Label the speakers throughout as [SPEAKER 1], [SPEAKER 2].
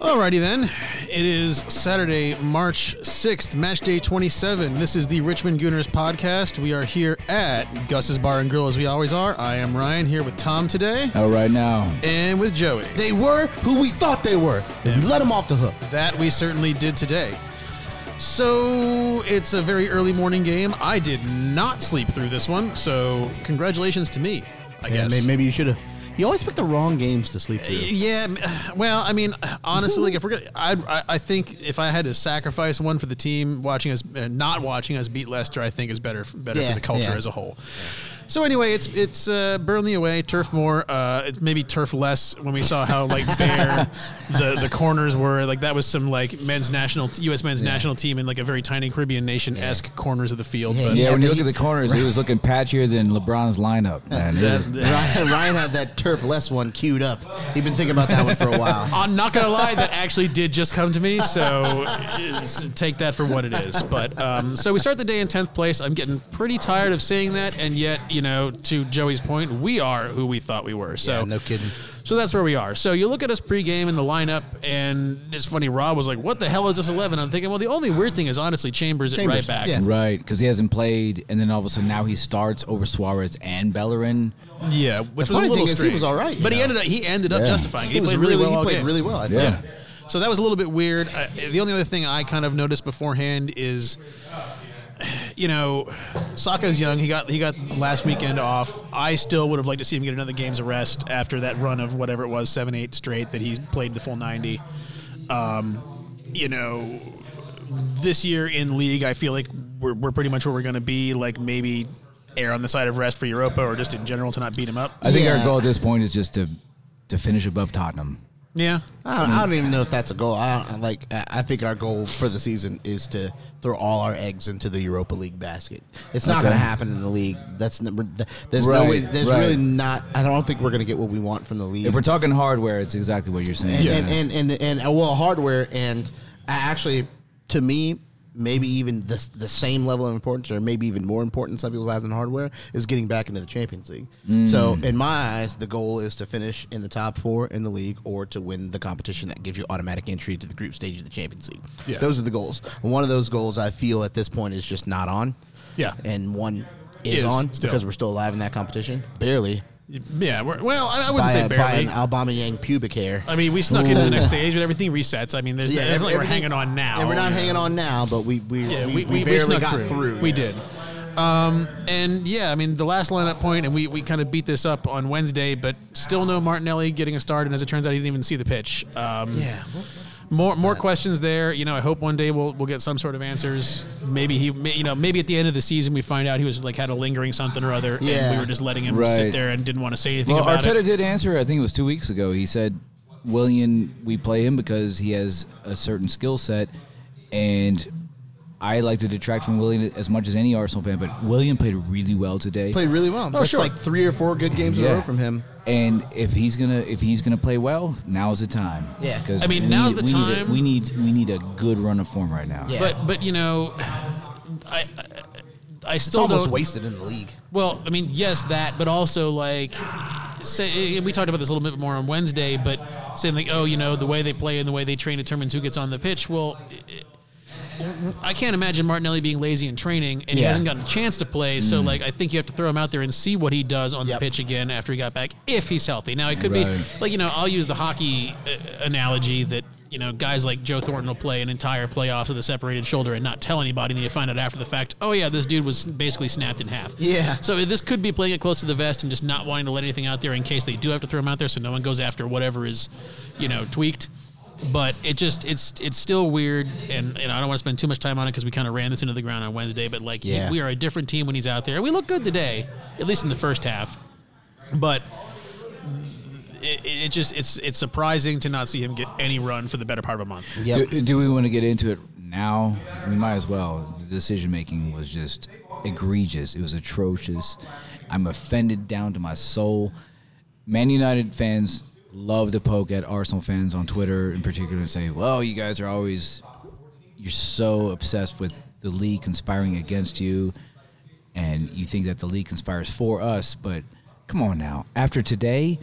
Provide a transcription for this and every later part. [SPEAKER 1] Alrighty then, it is Saturday, March 6th, match day 27. This is the Richmond Gooners podcast. We are here at Gus's Bar and Grill as we always are. I am Ryan here with Tom today
[SPEAKER 2] All right now.
[SPEAKER 1] and with Joey.
[SPEAKER 3] They were who we thought they were. And we let them off the hook.
[SPEAKER 1] That we certainly did today. So it's a very early morning game. I did not sleep through this one, so congratulations to me, I
[SPEAKER 3] Yeah,
[SPEAKER 1] guess.
[SPEAKER 3] may- maybe you should have. You always pick the wrong games to sleep through.
[SPEAKER 1] Yeah, m- well, I mean, honestly, like if we're gonna, I'd- I, I think if I had to sacrifice one for the team, watching us, uh, not watching us beat Leicester, I think is better, better
[SPEAKER 3] Yeah,
[SPEAKER 1] for the culture
[SPEAKER 3] yeah.
[SPEAKER 1] as a whole. So anyway, it's it's uh, Burnley away, turf more, uh, it's maybe turf less. When we saw how like bare the, the corners were, like that was some like men's national, U.S. men's national team in like a very tiny Caribbean nation esque corners of the field.
[SPEAKER 3] Yeah,
[SPEAKER 1] but
[SPEAKER 2] Yeah,
[SPEAKER 3] Yeah,
[SPEAKER 2] when you
[SPEAKER 3] but
[SPEAKER 2] look at
[SPEAKER 3] he-
[SPEAKER 2] the corners, it was looking patchier than LeBron's lineup, man. It was-
[SPEAKER 3] Ryan, Ryan had that turf less one queued up. He'd been thinking about that one for a while.
[SPEAKER 1] I'm not gonna lie, that actually did just come to me, so it's- take that for what it is. But um, so we start the day in tenth place. I'm getting pretty tired of seeing that, and yet, you know, to Joey's point, we are who we thought we were. So
[SPEAKER 3] Yeah, no kidding.
[SPEAKER 1] So that's where we are. So you look at us pregame in the lineup, and it's funny. Rob was like, "What the hell is this 11? I'm thinking, well, the only weird thing is honestly Chambers, at right
[SPEAKER 3] Chambers,
[SPEAKER 1] back.
[SPEAKER 3] yeah.
[SPEAKER 2] Right, because he hasn't played, and then all of a sudden now he starts over Suarez and Bellerin.
[SPEAKER 1] Yeah, which
[SPEAKER 3] The
[SPEAKER 1] was
[SPEAKER 3] funny
[SPEAKER 1] a little
[SPEAKER 3] thing is he
[SPEAKER 1] strange.
[SPEAKER 3] was all right, you
[SPEAKER 1] but he
[SPEAKER 3] know.
[SPEAKER 1] ended up he ended up
[SPEAKER 2] Yeah.
[SPEAKER 1] justifying. it. He,
[SPEAKER 3] was
[SPEAKER 1] played really, well. all
[SPEAKER 3] He played
[SPEAKER 1] game.
[SPEAKER 3] really well. I thought.
[SPEAKER 2] Yeah.
[SPEAKER 1] So that was a little bit weird. Uh, the only other thing I kind of noticed beforehand is, you know, Saka's young. He got he got last weekend off. I still would have liked to see him get another game's rest after that run of whatever it was seven eight straight that he played the full ninety. Um, you know, this year in league, I feel like we're we're pretty much where we're going to be. Like maybe err on the side of rest for Europa or just in general to not beat him up.
[SPEAKER 2] I think
[SPEAKER 3] Yeah.
[SPEAKER 2] our goal at this point is just to to finish above Tottenham.
[SPEAKER 1] Yeah.
[SPEAKER 3] I don't, I don't even know if that's a goal. I don't, like. I I think our goal for the season is to throw all our eggs into the Europa League basket. It's not
[SPEAKER 2] Okay.
[SPEAKER 3] going to happen in the league. That's n- th- there's
[SPEAKER 2] Right,
[SPEAKER 3] no way. There's
[SPEAKER 2] right.
[SPEAKER 3] really not. I don't think we're going to get what we want from the league.
[SPEAKER 2] If we're talking hardware, it's exactly what you're saying.
[SPEAKER 3] and, and, and, and, and, uh, well, hardware and I actually, to me, maybe even the, the same level of importance, or maybe even more important in some people's eyes than hardware, is getting back into the Champions League. So,
[SPEAKER 1] Mm.
[SPEAKER 3] in my eyes, the goal is to finish in the top four in the league or to win the competition that gives you automatic entry to the group stage of the Champions League.
[SPEAKER 1] Yeah.
[SPEAKER 3] Those are the goals. One of those goals I feel at this point is just not on.
[SPEAKER 1] Yeah.
[SPEAKER 3] And one is,
[SPEAKER 1] Is
[SPEAKER 3] on
[SPEAKER 1] still.
[SPEAKER 3] because we're still alive in that competition. Barely.
[SPEAKER 1] Yeah. We're, well, I, I wouldn't
[SPEAKER 3] By,
[SPEAKER 1] say
[SPEAKER 3] a,
[SPEAKER 1] barely.
[SPEAKER 3] by an Obama Yang pubic hair.
[SPEAKER 1] I mean, we snuck into the next stage, but everything resets. I mean, there's it's not like we're
[SPEAKER 3] everything-
[SPEAKER 1] hanging on now.
[SPEAKER 3] And we're not
[SPEAKER 1] you know.
[SPEAKER 3] hanging on now, but we we,
[SPEAKER 1] Yeah,
[SPEAKER 3] we, we, barely
[SPEAKER 1] snuck
[SPEAKER 3] got through.
[SPEAKER 1] We
[SPEAKER 3] yeah.
[SPEAKER 1] did. Um, and yeah, I mean, the last lineup point, and we, we kind of beat this up on Wednesday, but still no Martinelli getting a start. And as it turns out, he didn't even see the pitch. Um,
[SPEAKER 3] Yeah.
[SPEAKER 1] More more questions there. You know, I hope one day we'll we'll get some sort of answers. Maybe he, may- you know, maybe at the end of the season we find out he was like had a lingering something or other, and
[SPEAKER 3] Yeah.
[SPEAKER 1] we were just letting him sit
[SPEAKER 2] Right.
[SPEAKER 1] there and didn't want to say anything
[SPEAKER 2] Well,
[SPEAKER 1] about
[SPEAKER 2] Arteta
[SPEAKER 1] it.
[SPEAKER 2] did answer. I think it was two weeks ago. He said, "William, we play him because he has a certain skill set, and I like to detract from William as much as any Arsenal fan. But William played really well today.
[SPEAKER 3] Played really well. That's
[SPEAKER 1] Oh, sure.
[SPEAKER 3] like three or four good games in a row from him.
[SPEAKER 2] And if he's gonna if he's gonna play well, now's the time.
[SPEAKER 3] Yeah.
[SPEAKER 2] because
[SPEAKER 1] I mean, now's the time.
[SPEAKER 2] we need we need a good run of form right now.
[SPEAKER 3] Yeah.
[SPEAKER 1] But but you know, I I, I
[SPEAKER 3] It's
[SPEAKER 1] still
[SPEAKER 3] almost
[SPEAKER 1] don't,
[SPEAKER 3] wasted in the league.
[SPEAKER 1] Well, I mean, yes, that, but also like, say and we talked about this a little bit more on Wednesday, but saying like, oh, you know, the way they play and the way they train determines who gets on the pitch. Well, I can't imagine Martinelli being lazy in training, and he
[SPEAKER 3] Yeah. Mm-hmm.
[SPEAKER 1] hasn't gotten a chance to play. So, like, I think you have to throw him out there and see what he does on
[SPEAKER 3] Yep.
[SPEAKER 1] the pitch again after he got back, if he's healthy. Now, it could
[SPEAKER 2] Right.
[SPEAKER 1] be like you know, I'll use the hockey uh, analogy that you know, guys like Joe Thornton will play an entire playoffs with a separated shoulder and not tell anybody, and then you find out after the fact, oh yeah, this dude was basically snapped in half.
[SPEAKER 3] Yeah.
[SPEAKER 1] So this could be playing it close to the vest and just not wanting to let anything out there in case they do have to throw him out there, so no one goes after whatever is, you know, tweaked. But it just it's it's still weird, and, and I don't want to spend too much time on it because we kind of ran this into the ground on Wednesday. But like, he-
[SPEAKER 3] Yeah.
[SPEAKER 1] we are a different team when he's out there, and we look good today, at least in the first half. But it, it it just it's it's surprising to not see him get any run for the better part of a month.
[SPEAKER 3] Yep.
[SPEAKER 2] Do, do we want to get into it now? We might as well. The decision making was just egregious. It was atrocious. I'm offended down to my soul. Man United fans love to poke at Arsenal fans on Twitter in particular and say, well, you guys are always, you're so obsessed with the league conspiring against you. And you think that the league conspires for us. But come on now. After today,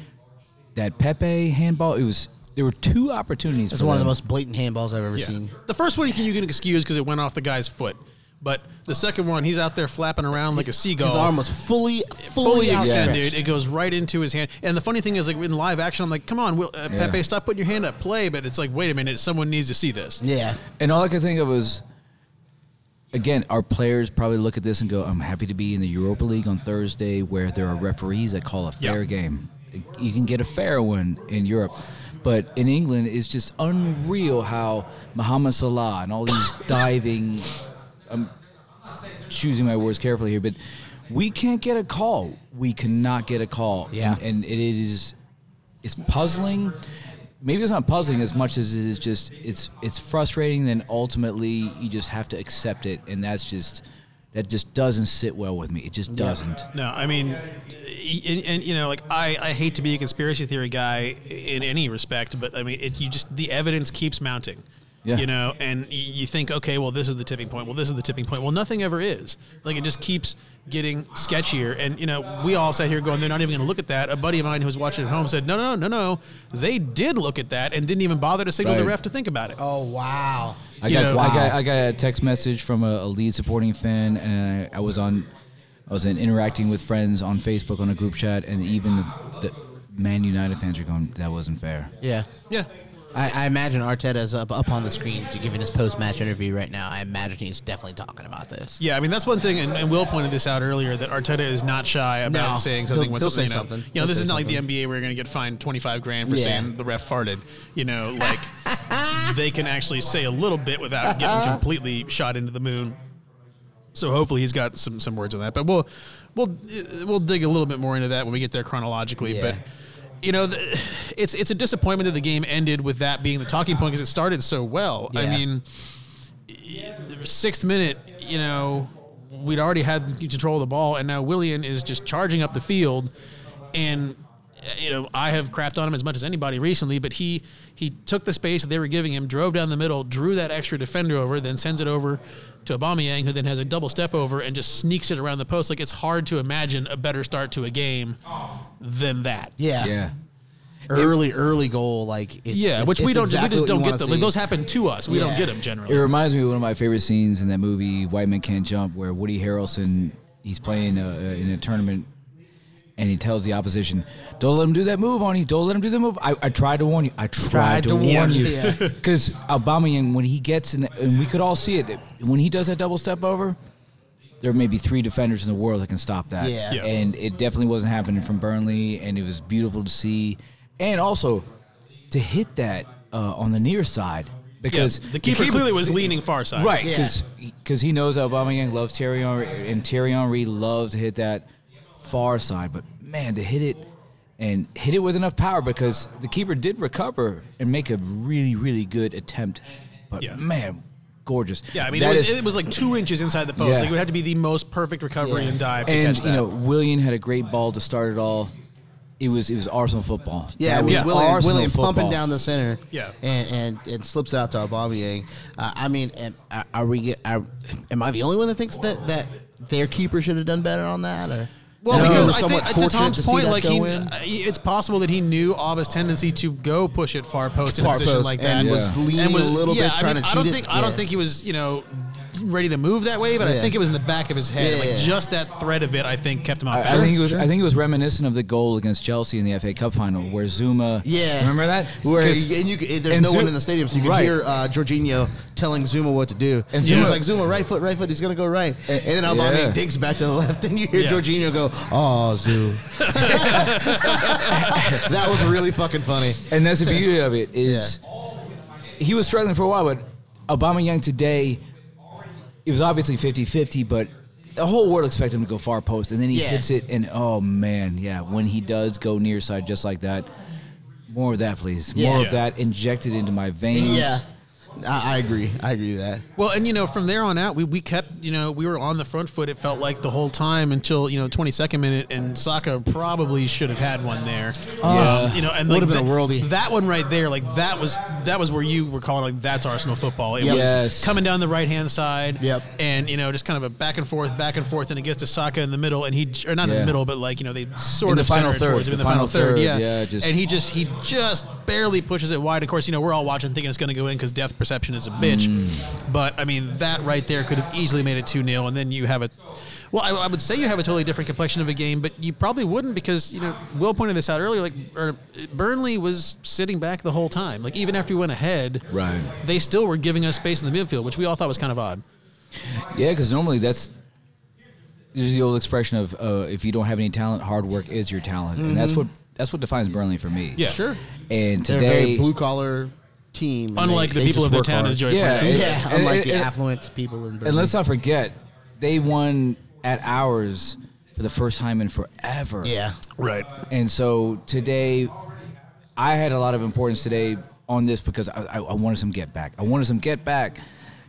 [SPEAKER 2] that Pepe handball, it was there were two opportunities.
[SPEAKER 3] It's
[SPEAKER 2] for
[SPEAKER 3] one of
[SPEAKER 2] them.
[SPEAKER 3] the most blatant handballs I've ever
[SPEAKER 1] Yeah.
[SPEAKER 3] seen.
[SPEAKER 1] The first one you can you can excuse because it went off the guy's foot, but the second one he's out there flapping around like a seagull.
[SPEAKER 3] His arm was fully, fully,
[SPEAKER 1] fully extended.
[SPEAKER 3] outstretched.
[SPEAKER 1] It goes right into his hand. And the funny thing is, like in live action, I'm like, come on, Will, uh,
[SPEAKER 2] Yeah.
[SPEAKER 1] Pepe, stop putting your hand up, play. But it's like, wait a minute, someone needs to see this.
[SPEAKER 3] Yeah.
[SPEAKER 2] And all I could think of was, again, our players probably look at this and go, "I'm happy to be in the Europa League on Thursday, where there are referees that call a fair
[SPEAKER 1] Yeah.
[SPEAKER 2] game. You can get a fair one in Europe." But in England, it's just unreal how Mohamed Salah and all these diving choosing my words carefully here, but we can't get a call. We cannot get a call.
[SPEAKER 3] Yeah.
[SPEAKER 2] And, and it is it's puzzling. Maybe it's not puzzling as much as it is just it's it's frustrating then ultimately you just have to accept it and that's just that just doesn't sit well with me. It just doesn't.
[SPEAKER 1] No, I mean, and, and you know, like I, I hate to be a conspiracy theory guy in any respect, but I mean, it, you just the evidence keeps mounting.
[SPEAKER 2] Yeah.
[SPEAKER 1] You know, and y- you think, okay, well, this is the tipping point. Well, this is the tipping point. Well, nothing ever is. Like it just keeps getting sketchier. And you know, we all sat here going, they're not even going to look at that. A buddy of mine who was watching at home said, no, no, no, no, they did look at that and didn't even bother to signal the
[SPEAKER 2] Right.
[SPEAKER 1] ref to think about it.
[SPEAKER 3] Oh wow.
[SPEAKER 2] I
[SPEAKER 1] You
[SPEAKER 2] got,
[SPEAKER 1] know-
[SPEAKER 2] I got I got a text message from a, a lead supporting fan, and I, I was on, I was in interacting with friends on Facebook on a group chat, and even the, the Man United fans are going, "That wasn't fair."
[SPEAKER 3] Yeah.
[SPEAKER 1] Yeah.
[SPEAKER 3] I, I imagine Arteta's up up on the screen to giving his post match interview right now. I imagine he's definitely talking about this.
[SPEAKER 1] Yeah, I mean that's one thing, and, and Will pointed this out earlier that Arteta is not shy about
[SPEAKER 3] No,
[SPEAKER 1] saying something.
[SPEAKER 3] he'll-
[SPEAKER 1] when
[SPEAKER 3] he'll
[SPEAKER 1] something, you
[SPEAKER 3] say
[SPEAKER 1] know,
[SPEAKER 3] something.
[SPEAKER 1] You know,
[SPEAKER 3] He'll
[SPEAKER 1] this
[SPEAKER 3] say
[SPEAKER 1] is not like
[SPEAKER 3] something.
[SPEAKER 1] the NBA where you're going to get fined twenty five grand for
[SPEAKER 3] Yeah.
[SPEAKER 1] saying the ref farted. You know, like they can actually say a little bit without getting completely shot into the moon. So hopefully he's got some some words on that. But we'll we'll uh, we'll dig a little bit more into that when we get there chronologically.
[SPEAKER 3] Yeah.
[SPEAKER 1] But you know, the, it's it's a disappointment that the game ended with that being the talking point because it started so well. I
[SPEAKER 3] Yeah.
[SPEAKER 1] mean sixth minute, you know, we'd already had control of the ball, and now Willian is just charging up the field, and you know I have crapped on him as much as anybody recently, but he he took the space that they were giving him, drove down the middle, drew that extra defender over, then sends it over to Aubameyang, who then has a double step over and just sneaks it around the post. Like it's hard to imagine a better start to a game than that.
[SPEAKER 3] Yeah.
[SPEAKER 2] Yeah,
[SPEAKER 3] Early, early goal, like it's,
[SPEAKER 1] Yeah,
[SPEAKER 3] it-
[SPEAKER 1] which we
[SPEAKER 3] it's
[SPEAKER 1] don't. we
[SPEAKER 3] exactly
[SPEAKER 1] just
[SPEAKER 3] what you
[SPEAKER 1] don't
[SPEAKER 3] wanna
[SPEAKER 1] get them. Like,
[SPEAKER 3] see.
[SPEAKER 1] those happen to us. We don't
[SPEAKER 3] Yeah.
[SPEAKER 1] get them generally.
[SPEAKER 2] it reminds me of one of my favorite scenes in that movie White Men Can't Jump, where Woody Harrelson he's playing uh, uh, in a tournament, and he tells the opposition, "Don't let him do that move on you. Don't let him do the move." I, I tried to warn you. I tried, to, warn you.
[SPEAKER 3] Yeah.
[SPEAKER 2] Because Aubameyang, when he gets in, and we could all see it, when he does that double step over, there may be three defenders in the world that can stop that.
[SPEAKER 3] Yeah. Yeah.
[SPEAKER 2] And it definitely wasn't happening from Burnley, and it was beautiful to see. And also, to hit that uh, on the near side,
[SPEAKER 1] Yeah,
[SPEAKER 2] because
[SPEAKER 1] the keeper clearly was leaning far side.
[SPEAKER 2] Right,
[SPEAKER 3] Yeah.
[SPEAKER 2] because he knows Aubameyang loves Terry Henry, and Terry Henry loves to hit that far side. But man, to hit it and hit it with enough power because the keeper did recover and make a really, really good attempt. But
[SPEAKER 1] Yeah.
[SPEAKER 2] man, gorgeous.
[SPEAKER 1] Yeah, I mean, it
[SPEAKER 2] That
[SPEAKER 1] was,
[SPEAKER 2] is-
[SPEAKER 1] it was like two inches inside the post.
[SPEAKER 2] Yeah.
[SPEAKER 1] Like, it would have to be the most perfect recovery
[SPEAKER 3] Yeah.
[SPEAKER 1] and dive to
[SPEAKER 2] and
[SPEAKER 1] catch that.
[SPEAKER 2] you know, William had a great ball to start it all. It was it was Arsenal football.
[SPEAKER 3] Yeah,
[SPEAKER 2] That
[SPEAKER 3] it was
[SPEAKER 1] Yeah.
[SPEAKER 3] William,
[SPEAKER 2] Arsenal
[SPEAKER 3] William pumping
[SPEAKER 2] football.
[SPEAKER 3] down the center.
[SPEAKER 1] Yeah.
[SPEAKER 3] and and, and slips out to Aubameyang. Uh, I mean, am, are- are we? get- Are, am I the only one that thinks that that their keeper should have done better on that? Or
[SPEAKER 1] well,
[SPEAKER 3] that we
[SPEAKER 1] because
[SPEAKER 3] were
[SPEAKER 1] I
[SPEAKER 3] somewhat
[SPEAKER 1] think, to
[SPEAKER 3] fortunate
[SPEAKER 1] Tom's
[SPEAKER 3] see
[SPEAKER 1] point,
[SPEAKER 3] that
[SPEAKER 1] like
[SPEAKER 3] go
[SPEAKER 1] he,
[SPEAKER 3] in?
[SPEAKER 1] uh, he- it's possible that he knew Abba's tendency to go push it far post in a
[SPEAKER 3] Far
[SPEAKER 1] position
[SPEAKER 3] post
[SPEAKER 1] like that,
[SPEAKER 3] and
[SPEAKER 2] Yeah.
[SPEAKER 3] was leaning
[SPEAKER 1] And was-
[SPEAKER 3] a little
[SPEAKER 1] yeah,
[SPEAKER 3] bit
[SPEAKER 1] I
[SPEAKER 3] trying
[SPEAKER 1] mean,
[SPEAKER 3] to
[SPEAKER 1] I
[SPEAKER 3] cheat
[SPEAKER 1] don't
[SPEAKER 3] it.
[SPEAKER 1] think I don't
[SPEAKER 3] Yeah.
[SPEAKER 1] think he was you know ready to move that way, but I
[SPEAKER 3] Yeah.
[SPEAKER 1] think it was in the back of his head.
[SPEAKER 3] Yeah,
[SPEAKER 1] like
[SPEAKER 3] yeah.
[SPEAKER 1] just that threat of it, I think kept him off.
[SPEAKER 2] I, I
[SPEAKER 1] balance.
[SPEAKER 2] think it was. I think it was reminiscent of the goal against Chelsea in the FA Cup final, where Zuma.
[SPEAKER 3] Yeah,
[SPEAKER 2] remember that?
[SPEAKER 3] Where
[SPEAKER 2] 'Cause-
[SPEAKER 3] and you, could- there's
[SPEAKER 2] and
[SPEAKER 3] no one
[SPEAKER 2] Zu-
[SPEAKER 3] in the stadium, so you can
[SPEAKER 2] Right.
[SPEAKER 3] hear uh, Jorginho telling Zuma what to do. And
[SPEAKER 2] And
[SPEAKER 3] Zuma's
[SPEAKER 1] Zuma-
[SPEAKER 3] like, "Zuma, right foot, right foot. He's gonna go right." And, then Aubameyang
[SPEAKER 2] Yeah.
[SPEAKER 3] digs back to the left, and you hear
[SPEAKER 1] Yeah.
[SPEAKER 3] Jorginho go, "Oh, Zoo." that was really fucking funny.
[SPEAKER 2] And that's the beauty of it is he was struggling for a while, but Obama Young today, it was obviously 50-50, but the whole world expected him to go far post, and then he
[SPEAKER 3] Yeah.
[SPEAKER 2] hits it, and oh man, yeah, when he does go near side just like that, more of that, please, more
[SPEAKER 3] Yeah.
[SPEAKER 2] of that injected into my veins.
[SPEAKER 3] Yeah. I, I agree. I agree with that.
[SPEAKER 1] Well, and you know, from there on out, we, we kept, you know, we were on the front foot. It felt like the whole time until you know, twenty second minute, and Saka probably should have had one there.
[SPEAKER 2] Oh,
[SPEAKER 1] Um,
[SPEAKER 2] Yeah.
[SPEAKER 1] you know, and like
[SPEAKER 3] Would've been a
[SPEAKER 1] that-
[SPEAKER 3] worldie.
[SPEAKER 1] That one right there, like that was that was where you were calling like that's Arsenal football. It
[SPEAKER 3] Yep.
[SPEAKER 1] was
[SPEAKER 2] Yes.
[SPEAKER 1] coming down the right hand side.
[SPEAKER 3] Yep.
[SPEAKER 1] And you know, just kind of a back and forth, back and forth, and it gets to Saka in the middle, and he or not in
[SPEAKER 2] Yeah.
[SPEAKER 1] the middle, but like you know, they sort
[SPEAKER 2] In the
[SPEAKER 1] of center
[SPEAKER 2] final
[SPEAKER 1] it
[SPEAKER 2] third,
[SPEAKER 1] towards him in
[SPEAKER 2] the
[SPEAKER 1] the final,
[SPEAKER 2] final
[SPEAKER 1] third.
[SPEAKER 2] third,
[SPEAKER 1] Yeah.
[SPEAKER 2] yeah, just-
[SPEAKER 1] and he just he just barely pushes it wide. Of course, you know, we're all watching thinking it's going to go in because depth perception is a bitch.
[SPEAKER 3] Mm.
[SPEAKER 1] But I mean, that right there could have easily made it 2 0. And then you have a, well, I, I would say you have a totally different complexion of a game, but you probably wouldn't because, you know, Will pointed this out earlier. Like, er, Burnley was sitting back the whole time. Like, even after we went ahead,
[SPEAKER 2] Right.
[SPEAKER 1] they still were giving us space in the midfield, which we all thought was kind of odd.
[SPEAKER 2] Yeah, because normally that's there's the old expression of uh, if you don't have any talent, hard work is your talent, and that's what that's what defines Burnley for me.
[SPEAKER 1] Yeah. Sure.
[SPEAKER 2] And
[SPEAKER 3] Mm-hmm. They're a
[SPEAKER 2] today,
[SPEAKER 3] very blue collar team. and
[SPEAKER 1] Unlike
[SPEAKER 3] they-
[SPEAKER 1] the
[SPEAKER 3] they
[SPEAKER 1] people
[SPEAKER 3] just
[SPEAKER 1] of the
[SPEAKER 3] work
[SPEAKER 1] town,
[SPEAKER 3] hard.
[SPEAKER 1] as Joey
[SPEAKER 2] Yeah,
[SPEAKER 1] pointed out.
[SPEAKER 2] it-
[SPEAKER 3] Yeah,
[SPEAKER 2] And-
[SPEAKER 3] unlike
[SPEAKER 2] and-
[SPEAKER 3] the
[SPEAKER 2] and-
[SPEAKER 3] affluent people in Berlin.
[SPEAKER 2] and let's not forget, they won at ours for the first time in forever.
[SPEAKER 3] yeah,
[SPEAKER 1] Right.
[SPEAKER 2] And so today, I had a lot of importance today on this because I, I, I wanted some get back. I wanted some get back.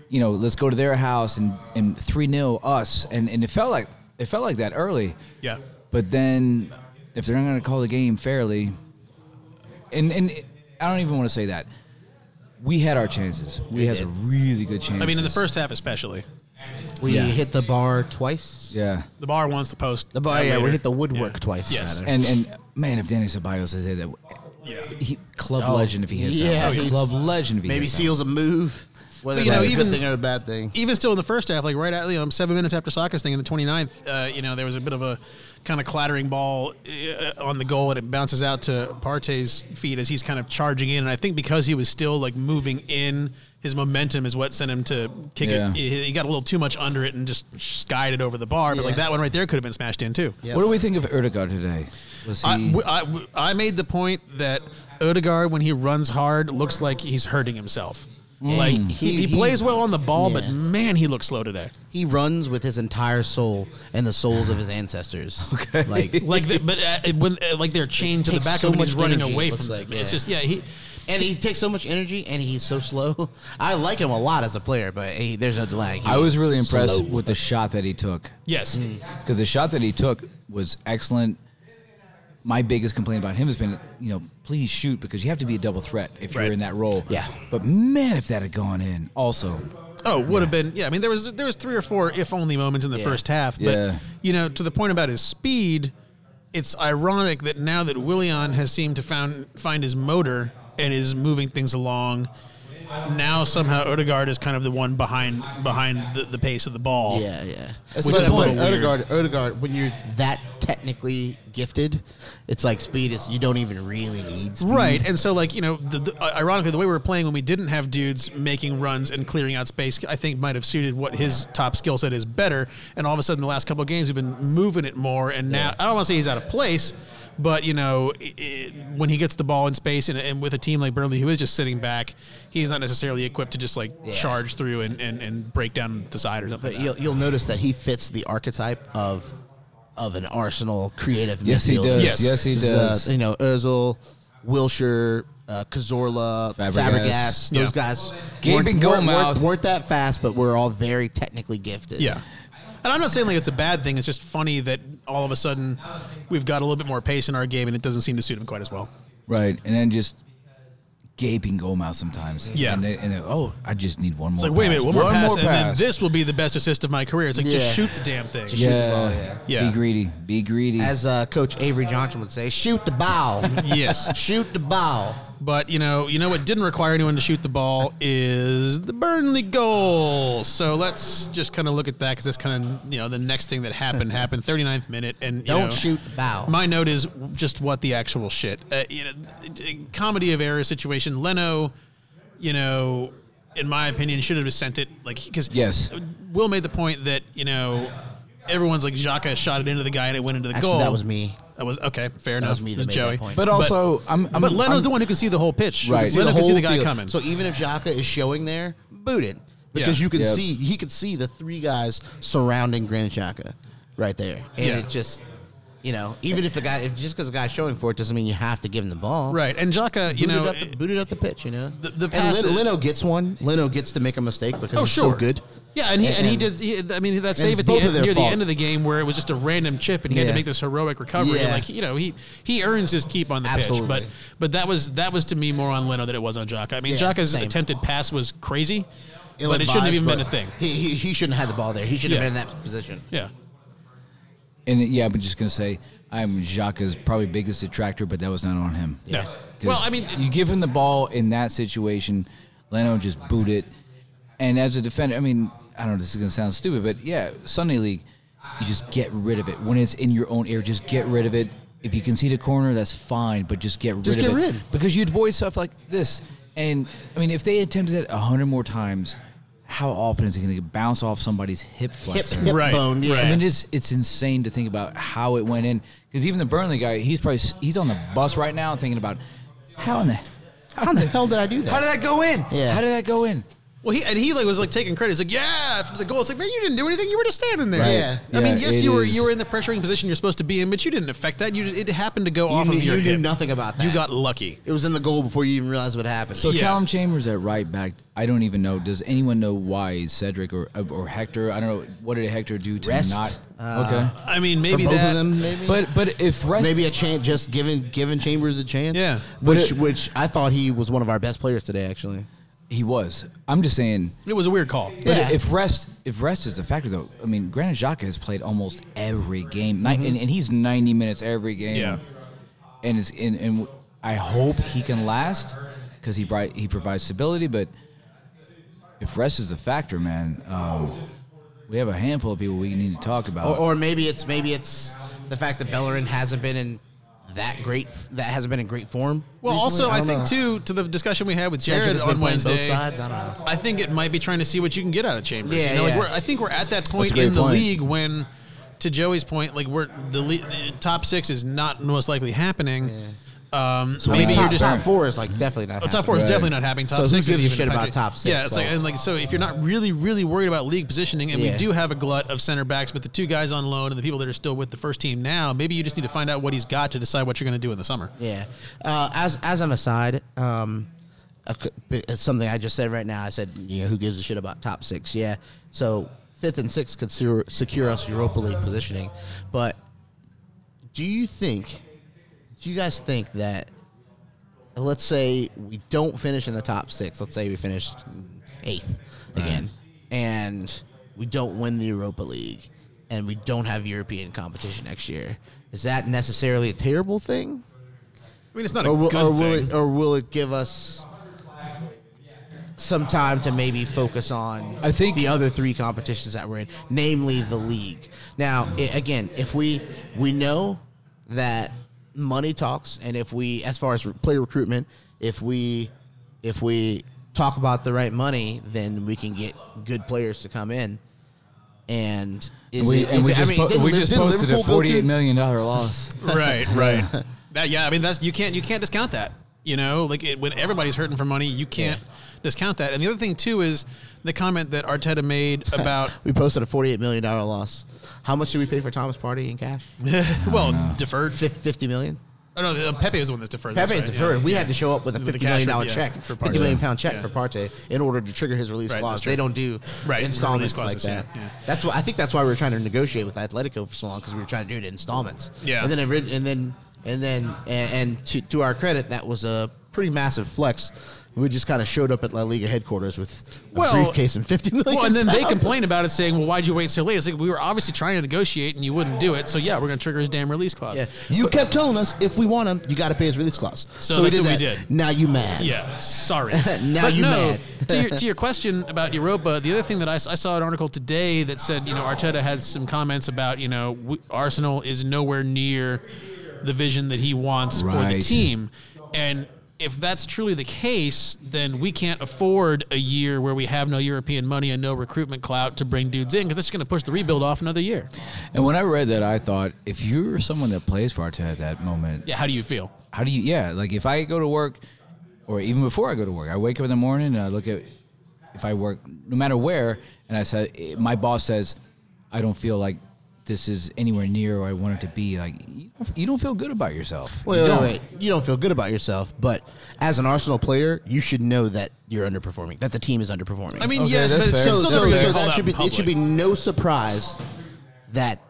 [SPEAKER 2] You know, let's go to their house and and three 0 us, and and it felt like it felt like that early.
[SPEAKER 1] Yeah.
[SPEAKER 2] But then, if they're not going to call the game fairly, and and it- I don't even want to say that. We had our chances. We, had a really good chance.
[SPEAKER 1] I mean, in the first half, especially.
[SPEAKER 3] we
[SPEAKER 2] Yeah.
[SPEAKER 3] hit the bar twice.
[SPEAKER 2] yeah,
[SPEAKER 1] The bar wants the post.
[SPEAKER 3] The bar, yeah, we
[SPEAKER 1] later.
[SPEAKER 3] hit the woodwork twice.
[SPEAKER 1] Yes.
[SPEAKER 3] rather.
[SPEAKER 2] and and man, if Danny Ceballos is there, that
[SPEAKER 1] Yeah.
[SPEAKER 2] he, club
[SPEAKER 3] Oh,
[SPEAKER 2] legend if he hits
[SPEAKER 3] yeah,
[SPEAKER 2] that,
[SPEAKER 3] he's-
[SPEAKER 2] club legend if he
[SPEAKER 3] maybe
[SPEAKER 2] hits that.
[SPEAKER 3] seals a move, whether
[SPEAKER 1] But, you
[SPEAKER 3] that's
[SPEAKER 1] know,
[SPEAKER 3] a
[SPEAKER 1] even-
[SPEAKER 3] good thing or a bad thing.
[SPEAKER 1] even still in the first half, like right at you know seven minutes after Saka's thing in the 29th, uh, you know there was a bit of a kind of clattering ball uh, on the goal and it bounces out to Partey's feet as he's kind of charging in. And I think because he was still like moving in, his momentum is what sent him to kick
[SPEAKER 2] Yeah.
[SPEAKER 1] it. He he got a little too much under it and just skied it over the bar. But like
[SPEAKER 3] Yeah.
[SPEAKER 1] that one right there could have been smashed in too.
[SPEAKER 3] Yeah.
[SPEAKER 2] What do we think of Erdegaard today? Was he?
[SPEAKER 1] I, w- I w- I made the point that Odegaard, when he runs hard, looks like he's hurting himself. Like he,
[SPEAKER 3] Mm. He-
[SPEAKER 1] he,
[SPEAKER 3] he-
[SPEAKER 1] plays well on the ball, but
[SPEAKER 3] yeah.
[SPEAKER 1] man, he looks slow today.
[SPEAKER 3] He runs with his entire soul and the souls of his ancestors. Okay, like
[SPEAKER 1] like the, but uh, when uh, like they're chained to the
[SPEAKER 3] takes
[SPEAKER 1] back
[SPEAKER 3] so
[SPEAKER 1] of him, he's
[SPEAKER 3] much
[SPEAKER 1] running
[SPEAKER 3] energy, it
[SPEAKER 1] away
[SPEAKER 3] looks
[SPEAKER 1] from
[SPEAKER 3] like,
[SPEAKER 1] them. It's
[SPEAKER 3] yeah.
[SPEAKER 1] just yeah, he
[SPEAKER 3] And he takes so much energy, and he's so slow. I like him a lot as a player, but he, there's no delay.
[SPEAKER 2] I was really impressed
[SPEAKER 3] Slow.
[SPEAKER 2] with the shot that he took
[SPEAKER 1] yes,
[SPEAKER 3] Hmm.
[SPEAKER 2] because the shot that he took was excellent. My biggest complaint about him has been, you know, please shoot because you have to be a double threat if
[SPEAKER 1] Right.
[SPEAKER 2] you're in that role.
[SPEAKER 3] Yeah.
[SPEAKER 2] But man, if that had gone in, also,
[SPEAKER 1] oh would have been yeah. I mean there was there was three or four if only moments in the
[SPEAKER 3] Yeah.
[SPEAKER 1] first half, but
[SPEAKER 2] Yeah.
[SPEAKER 1] you know to the point about his speed, it's ironic that now that Willian has seemed to found find his motor and is moving things along. Now somehow Odegaard is kind of the one behind behind the, the pace of the ball.
[SPEAKER 3] yeah, yeah.
[SPEAKER 2] That's
[SPEAKER 3] Which
[SPEAKER 2] a
[SPEAKER 3] is
[SPEAKER 2] good
[SPEAKER 3] what
[SPEAKER 1] point.
[SPEAKER 3] Odegaard, Odegaard, when you're that technically gifted, it's like speed is you don't even really need speed.
[SPEAKER 1] Right, and so like you know, the, the, uh, ironically, the way we were playing when we didn't have dudes making runs and clearing out space, I think might have suited what his top skill set is better. And all of a sudden, the last couple of games, we've been moving it more. And now I don't want to say he's out of place, but you know, i i when he gets the ball in space and, and with a team like Burnley who is just sitting back, he's not necessarily equipped to just like
[SPEAKER 3] Yeah.
[SPEAKER 1] charge through and, and, and break down the side or something.
[SPEAKER 3] But
[SPEAKER 1] like that.
[SPEAKER 3] you'll, you'll notice that he fits the archetype of of an Arsenal creative.
[SPEAKER 2] yes, he
[SPEAKER 3] midfielder.
[SPEAKER 2] does.
[SPEAKER 1] Yes.
[SPEAKER 2] Yes, he
[SPEAKER 3] This is, uh,
[SPEAKER 2] does.
[SPEAKER 3] you know, Özil, Wilshire, uh, Cazorla, Fabregas.
[SPEAKER 2] Fabregas.
[SPEAKER 3] those
[SPEAKER 1] Yeah.
[SPEAKER 3] guys
[SPEAKER 2] Gabe
[SPEAKER 3] weren't,
[SPEAKER 2] and
[SPEAKER 3] weren't,
[SPEAKER 2] Gomez.
[SPEAKER 3] weren't, weren't that fast, but we're all very technically gifted.
[SPEAKER 1] Yeah. And I'm not saying like it's a bad thing. It's just funny that all of a sudden we've got a little bit more pace in our game, and it doesn't seem to suit him quite as well.
[SPEAKER 2] right. And then just gaping goal mouth sometimes.
[SPEAKER 1] Yeah.
[SPEAKER 2] And, they, and they, oh, I just need one more.
[SPEAKER 1] It's like, wait a minute, one more pass, and then
[SPEAKER 2] pass.
[SPEAKER 1] this will be the best assist of my career. It's like, just
[SPEAKER 3] Yeah.
[SPEAKER 1] shoot the damn thing.
[SPEAKER 3] shoot the
[SPEAKER 2] yeah.
[SPEAKER 3] ball, yeah.
[SPEAKER 1] Yeah.
[SPEAKER 2] Be greedy. Be greedy.
[SPEAKER 3] As uh, Coach Avery Johnson would say, shoot the ball.
[SPEAKER 1] yes,
[SPEAKER 3] shoot the ball.
[SPEAKER 1] but you know, you know what didn't require anyone to shoot the ball is the Burnley goal. So let's just kind of look at that because that's kind of you know the next thing that happened happened 39th minute, and you
[SPEAKER 3] Don't
[SPEAKER 1] know,
[SPEAKER 3] shoot the ball.
[SPEAKER 1] My note is just what the actual shit. Uh, you know, it- it- comedy of error situation. Leno, you know, in my opinion, should have just sent it like because
[SPEAKER 2] Yes.
[SPEAKER 1] Will made the point that you know everyone's like Xhaka shot it into the guy and it went into the
[SPEAKER 3] Actually,
[SPEAKER 1] goal.
[SPEAKER 3] that was me.
[SPEAKER 1] That was okay. Fair enough.
[SPEAKER 3] was me
[SPEAKER 1] It was
[SPEAKER 3] that made that
[SPEAKER 1] Joey.
[SPEAKER 3] point.
[SPEAKER 2] but also, I'm, I'm.
[SPEAKER 1] but Leno's
[SPEAKER 2] I'm-
[SPEAKER 1] the one who can see the whole pitch.
[SPEAKER 2] Right.
[SPEAKER 1] Leno can see the guy
[SPEAKER 3] field.
[SPEAKER 1] coming.
[SPEAKER 3] So even if Xhaka is showing there, boot it because
[SPEAKER 1] Yeah.
[SPEAKER 3] you can
[SPEAKER 2] Yep.
[SPEAKER 3] see he could see the three guys surrounding Granit Xhaka right there, and
[SPEAKER 1] Yeah.
[SPEAKER 3] it just You know, even if the guy, if just because the guy's showing for it doesn't mean you have to give him the ball.
[SPEAKER 1] Right. And Jaka, you
[SPEAKER 3] Booted
[SPEAKER 1] know,
[SPEAKER 3] up the, booted up the pitch. You know,
[SPEAKER 1] The- the
[SPEAKER 3] And
[SPEAKER 1] pass
[SPEAKER 3] Lin-
[SPEAKER 1] that-
[SPEAKER 3] Lino gets one. Lino gets to make a mistake because
[SPEAKER 1] oh
[SPEAKER 3] he's
[SPEAKER 1] sure,
[SPEAKER 3] so good.
[SPEAKER 1] Yeah, and he and, he
[SPEAKER 3] And-
[SPEAKER 1] did. He, I mean, that save
[SPEAKER 3] it's
[SPEAKER 1] at the
[SPEAKER 3] both of
[SPEAKER 1] end,
[SPEAKER 3] their
[SPEAKER 1] near the
[SPEAKER 3] fault.
[SPEAKER 1] end of the game where it was just a random chip, and he had to
[SPEAKER 3] Yeah.
[SPEAKER 1] make this heroic recovery.
[SPEAKER 3] Yeah.
[SPEAKER 1] Like you know, he he earns his keep on the
[SPEAKER 3] Absolutely.
[SPEAKER 1] pitch, but but that was that was to me more on Leno than it was on Jaka. I mean,
[SPEAKER 3] Yeah,
[SPEAKER 1] Jaka's
[SPEAKER 3] same.
[SPEAKER 1] attempted pass was crazy, but it shouldn't have
[SPEAKER 3] Ill-advised,
[SPEAKER 1] even been a
[SPEAKER 3] but
[SPEAKER 1] thing.
[SPEAKER 3] He, he, he shouldn't have had the ball there. He should have
[SPEAKER 1] Yeah.
[SPEAKER 3] been in that position.
[SPEAKER 1] Yeah.
[SPEAKER 2] And yeah, I'm just gonna say I'm Xhaka's probably biggest detractor, but that was not on him.
[SPEAKER 1] Yeah.
[SPEAKER 2] 'Cause
[SPEAKER 1] Well, I mean,
[SPEAKER 2] you give him the ball in that situation, Leno just boot it, and as a defender, I mean, I don't know. This is gonna sound stupid, but yeah, Sunday League, you just get rid of it when it's in your own air. Just get rid of it. If you concede a corner, that's fine, but just get rid
[SPEAKER 3] Just
[SPEAKER 2] of
[SPEAKER 3] get
[SPEAKER 2] it
[SPEAKER 3] rid.
[SPEAKER 2] because you'd voice stuff like this. And I mean, if they attempted it a hundred more times, how often is it going to bounce off somebody's hip
[SPEAKER 3] Hip,
[SPEAKER 2] flexor?
[SPEAKER 3] hip
[SPEAKER 1] Right,
[SPEAKER 3] bone. Yeah.
[SPEAKER 1] right.
[SPEAKER 2] I mean, it's it's insane to think about how it went in. Because even the Burnley guy, he's probably he's on the bus right now thinking about how in the
[SPEAKER 3] How the hell did I do that?
[SPEAKER 2] how did that go in?
[SPEAKER 3] Yeah.
[SPEAKER 2] How did that go in?
[SPEAKER 1] Well, he and he like was like taking credit. He's like, yeah, after the goal, it's like, man, you didn't do anything. You were just standing there.
[SPEAKER 3] Right. Yeah.
[SPEAKER 1] I mean,
[SPEAKER 2] Yeah,
[SPEAKER 1] yes,
[SPEAKER 2] it
[SPEAKER 1] you were
[SPEAKER 2] is.
[SPEAKER 1] you were in the pressuring position you're supposed to be in, but you didn't affect that. You it happened to go
[SPEAKER 3] you
[SPEAKER 1] off
[SPEAKER 3] knew,
[SPEAKER 1] of your
[SPEAKER 3] you knew
[SPEAKER 1] hip.
[SPEAKER 3] nothing about that.
[SPEAKER 1] You got lucky.
[SPEAKER 3] it was in the goal before you even realized what happened.
[SPEAKER 2] So
[SPEAKER 1] Yeah.
[SPEAKER 2] Callum Chambers at right back. I don't even know. Does anyone know why Cedric or or Hector? I don't know. What did Hector do to
[SPEAKER 3] Rest.
[SPEAKER 2] not?
[SPEAKER 3] Uh,
[SPEAKER 2] okay.
[SPEAKER 1] I mean,
[SPEAKER 3] for
[SPEAKER 1] maybe
[SPEAKER 3] both
[SPEAKER 1] that.
[SPEAKER 3] of them, maybe.
[SPEAKER 2] But but if rest
[SPEAKER 3] Maybe a chance, just giving giving Chambers a chance.
[SPEAKER 1] Yeah.
[SPEAKER 2] But
[SPEAKER 3] which
[SPEAKER 2] it-
[SPEAKER 3] which I thought he was one of our best players today. Actually,
[SPEAKER 2] he was. I'm just saying.
[SPEAKER 1] It was a weird call.
[SPEAKER 2] But
[SPEAKER 3] Yeah.
[SPEAKER 2] if rest if rest is a factor though, I mean Granit Xhaka has played almost every game, Ni-
[SPEAKER 3] Mm-hmm.
[SPEAKER 2] and, and he's ninety minutes every game.
[SPEAKER 1] Yeah.
[SPEAKER 2] and it's and, and I hope he can last because he bri- he provides stability. But if rest is a factor, man, um, we have a handful of people we need to talk about.
[SPEAKER 3] or, or maybe it's maybe it's the fact that Bellerin hasn't been in that great that hasn't been in great form.
[SPEAKER 1] Well,
[SPEAKER 3] recently.
[SPEAKER 1] also, I,
[SPEAKER 3] don't
[SPEAKER 1] think too
[SPEAKER 3] know.
[SPEAKER 1] to the discussion we had with
[SPEAKER 3] Cedric
[SPEAKER 1] Jared
[SPEAKER 3] has been
[SPEAKER 1] on
[SPEAKER 3] playing
[SPEAKER 1] Wednesday.
[SPEAKER 3] Both sides. I don't know.
[SPEAKER 1] I think it might be trying to see what you can get out of Chambers.
[SPEAKER 3] Yeah,
[SPEAKER 1] you know, like
[SPEAKER 3] yeah.
[SPEAKER 1] we're, I think we're at that point
[SPEAKER 2] a great
[SPEAKER 1] in the
[SPEAKER 2] point.
[SPEAKER 1] league when, to Joey's point, like we're the, le- the top six is not most likely happening. Um,
[SPEAKER 2] I
[SPEAKER 3] I mean,
[SPEAKER 1] maybe
[SPEAKER 2] mean,
[SPEAKER 1] you're
[SPEAKER 3] top,
[SPEAKER 1] just
[SPEAKER 3] top four is like definitely not.
[SPEAKER 1] Oh, top
[SPEAKER 3] happening.
[SPEAKER 1] four is
[SPEAKER 2] Right.
[SPEAKER 1] definitely not happening. Top
[SPEAKER 3] So who
[SPEAKER 1] six is
[SPEAKER 3] gives a
[SPEAKER 1] even
[SPEAKER 3] shit about
[SPEAKER 1] affected.
[SPEAKER 3] top six,
[SPEAKER 1] Yeah, it's like
[SPEAKER 3] so-
[SPEAKER 1] and like so if you're not really really worried about league positioning, and we
[SPEAKER 3] Yeah.
[SPEAKER 1] do have a glut of center backs, but the two guys on loan and the people that are still with the first team now, maybe you just need to find out what he's got to decide what you're going to do in the summer.
[SPEAKER 3] Yeah. Uh, as as an aside, um, a c- b- it's something I just said right now. I said, you know, who gives a shit about top six? Yeah. So fifth and sixth could secure, secure us Europa League positioning, but do you think? Do you guys think that? Let's say we don't finish in the top six. Let's say we finish eighth again, and we don't win the Europa League, and we don't have European competition next year. Is that necessarily a terrible thing?
[SPEAKER 1] I mean, it's not a
[SPEAKER 3] or will,
[SPEAKER 1] good
[SPEAKER 3] or will
[SPEAKER 1] thing.
[SPEAKER 3] it or will it give us some time to maybe focus on
[SPEAKER 2] I think-
[SPEAKER 3] the other three competitions that we're in, namely the league. Now, i again, if we we know that money talks, and if we, as far as player recruitment, if we if we talk about the right money, then we can get good players to come in. And is
[SPEAKER 2] we,
[SPEAKER 3] it-
[SPEAKER 2] and
[SPEAKER 3] is
[SPEAKER 2] we
[SPEAKER 3] it- I
[SPEAKER 2] just
[SPEAKER 3] mean,
[SPEAKER 2] po-
[SPEAKER 3] didn't
[SPEAKER 2] we
[SPEAKER 3] Li-
[SPEAKER 2] just
[SPEAKER 3] didn't
[SPEAKER 2] posted a
[SPEAKER 3] Liverpool go through-
[SPEAKER 2] forty-eight million dollar loss.
[SPEAKER 1] right, right. That, yeah, I mean that's you can't you can't discount that. You know, like it, when everybody's hurting for money, you can't discount that. And the other thing too is the comment that Arteta made about
[SPEAKER 3] We posted a forty-eight million dollar loss. How much did we pay for Thomas Party in cash?
[SPEAKER 1] well deferred.
[SPEAKER 3] Fif- Fifty million.
[SPEAKER 1] Oh no, the- Pepe was the one that's deferred. that's
[SPEAKER 3] Pepe
[SPEAKER 1] right,
[SPEAKER 3] is deferred.
[SPEAKER 1] yeah.
[SPEAKER 3] We had to show up with a
[SPEAKER 1] With the
[SPEAKER 3] fifty million
[SPEAKER 1] cash
[SPEAKER 3] dollar
[SPEAKER 1] for- yeah,
[SPEAKER 3] check,
[SPEAKER 1] for Partey.
[SPEAKER 3] fifty million pound check
[SPEAKER 1] Yeah.
[SPEAKER 3] for Partey in order to trigger his release
[SPEAKER 1] Right, that's
[SPEAKER 3] clause.
[SPEAKER 1] true.
[SPEAKER 3] They don't do
[SPEAKER 1] Right, release
[SPEAKER 3] installments
[SPEAKER 1] clauses,
[SPEAKER 3] like that.
[SPEAKER 1] yeah, yeah.
[SPEAKER 3] That's why I think that's why we were trying to negotiate with Atletico for so long because we were trying to do it in installments.
[SPEAKER 1] Yeah.
[SPEAKER 3] and then it rid- and then and then and, and to, to our credit, that was a pretty massive flex. We just kind of showed up at La Liga headquarters with a
[SPEAKER 1] Well-
[SPEAKER 3] briefcase and fifty million.
[SPEAKER 1] Well, and then they
[SPEAKER 3] pounds.
[SPEAKER 1] complain about it, saying, "Well, why'd you wait so late?" It's like we were obviously trying to negotiate, and you wouldn't do it. So yeah, we're going to trigger his damn release clause.
[SPEAKER 3] Yeah, you kept telling us if we want him, you got to pay his release clause.
[SPEAKER 1] So that's what we did.
[SPEAKER 3] Now you mad?
[SPEAKER 1] Yeah, sorry.
[SPEAKER 3] Now
[SPEAKER 1] but
[SPEAKER 3] you
[SPEAKER 1] no,
[SPEAKER 3] mad.
[SPEAKER 1] to, your, to your question about Europa, the other thing that I, s- I saw an article today that said, you know, Arteta had some comments about, you know, w- Arsenal is nowhere near the vision that he wants for the
[SPEAKER 2] Right.
[SPEAKER 1] team. And if that's truly the case, then we can't afford a year where we have no European money and no recruitment clout to bring dudes in because that's going to push the rebuild off another year.
[SPEAKER 2] And when I read that, I thought if you're someone that plays for Arteta at that moment,
[SPEAKER 1] Yeah, how do you feel?
[SPEAKER 2] how do you yeah like if i go to work or even before i go to work i wake up in the morning and i look at eh, if i work no matter where and i said my boss says i don't feel like this is anywhere near where I want it to be. Like you don't, you don't feel good about yourself.
[SPEAKER 3] Wait,
[SPEAKER 2] you
[SPEAKER 3] wait,
[SPEAKER 2] don't.
[SPEAKER 3] wait. You don't feel good about yourself, but as an Arsenal player, you should know that you're underperforming. That the team is underperforming.
[SPEAKER 1] I mean,
[SPEAKER 2] Okay,
[SPEAKER 1] yes,
[SPEAKER 2] that's
[SPEAKER 1] but it's
[SPEAKER 2] fair.
[SPEAKER 3] so
[SPEAKER 1] still
[SPEAKER 3] so,
[SPEAKER 1] not
[SPEAKER 3] so
[SPEAKER 1] really called
[SPEAKER 3] that
[SPEAKER 1] out
[SPEAKER 3] should
[SPEAKER 1] in
[SPEAKER 3] be it.
[SPEAKER 1] public.
[SPEAKER 3] Should be no surprise that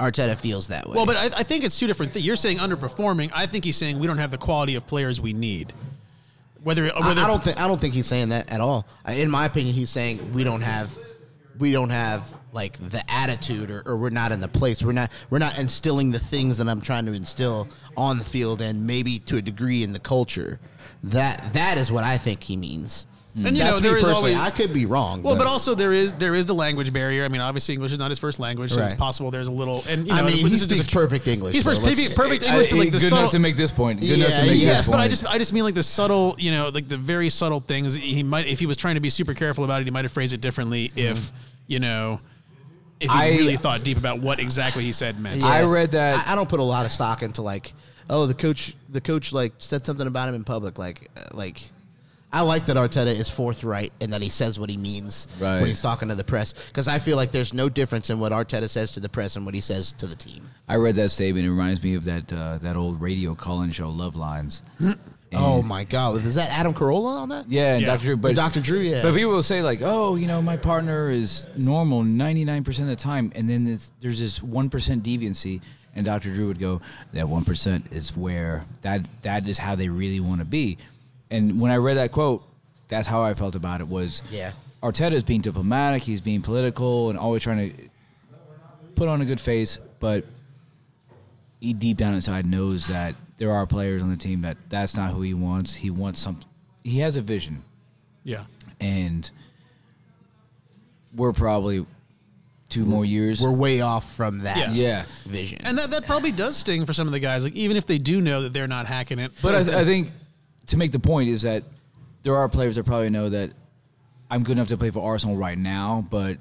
[SPEAKER 3] Arteta feels that way.
[SPEAKER 1] Well, but I, I think it's two different things. You're saying underperforming. I think he's saying we don't have the quality of players we need. Whether, whether
[SPEAKER 3] I, I don't think I don't think he's saying that at all. I- In my opinion, he's saying we don't have we don't have like the attitude or, or we're not in the place. We're not we're not instilling the things that I'm trying to instill on the field and maybe to a degree in the culture. That that is what I think he means.
[SPEAKER 1] And, you know,
[SPEAKER 3] That's me
[SPEAKER 1] there is
[SPEAKER 3] personally.
[SPEAKER 1] always-
[SPEAKER 3] I could be wrong.
[SPEAKER 1] Well, but also there is there is the language barrier. I mean, obviously English is not his first language, so it's
[SPEAKER 3] Right.
[SPEAKER 1] possible there's a little. And you know,
[SPEAKER 3] I mean,
[SPEAKER 1] this
[SPEAKER 3] he
[SPEAKER 1] is just
[SPEAKER 3] speaks
[SPEAKER 1] a-
[SPEAKER 3] perfect English.
[SPEAKER 1] He's
[SPEAKER 3] so
[SPEAKER 1] perfect,
[SPEAKER 3] let's-
[SPEAKER 1] perfect, perfect
[SPEAKER 2] I-
[SPEAKER 1] English, but like the
[SPEAKER 2] I- good
[SPEAKER 1] subtle-
[SPEAKER 2] enough to make this point. Good enough to
[SPEAKER 3] Yeah,
[SPEAKER 2] make
[SPEAKER 1] Yes,
[SPEAKER 2] this
[SPEAKER 1] but I
[SPEAKER 2] point.
[SPEAKER 1] just I just mean like the subtle, you know, like the very subtle things. He might if he was trying to be super careful about it, he might have phrased it differently. If
[SPEAKER 3] Mm-hmm.
[SPEAKER 1] you know, if he
[SPEAKER 2] I-
[SPEAKER 1] really thought deep about what exactly he said meant.
[SPEAKER 2] I read that-
[SPEAKER 3] I, I don't put a lot of stock into like, oh, the coach, the coach like said something about him in public. Like, uh, like, I like that Arteta is forthright and that he says what he means
[SPEAKER 2] Right.
[SPEAKER 3] when he's talking to the press because I feel like there's no difference in what Arteta says to the press and what he says to the team.
[SPEAKER 2] I read that statement. It reminds me of that uh, that old radio call-in show, Love Lines.
[SPEAKER 3] Oh my God, is that Adam Carolla on that?
[SPEAKER 2] Yeah, and
[SPEAKER 1] Yeah.
[SPEAKER 2] Dr. Drew, but
[SPEAKER 3] Dr. Drew, yeah.
[SPEAKER 2] But people will say like, "Oh, you know, my partner is normal 99% of the time," and then it's, there's this 1% deviancy, and Dr. Drew would go, "That 1% is where that that is how they really want to be." And when I read that quote, that's how I felt about it was
[SPEAKER 3] Yeah.
[SPEAKER 2] Arteta is being diplomatic, he's being political and always trying to put on a good face, but he deep down inside knows that there are players on the team that that's not who he wants. He wants some. He has a vision,
[SPEAKER 1] yeah,
[SPEAKER 2] and we're probably 2 more years.
[SPEAKER 3] We're way off from that.
[SPEAKER 2] Yeah.
[SPEAKER 3] vision.
[SPEAKER 1] and that that probably does sting for some of the guys. Like even if they do know that they're not hacking it,
[SPEAKER 2] but I, th- I think to make the point is that there are players that probably know that I'm good enough to play for Arsenal right now, but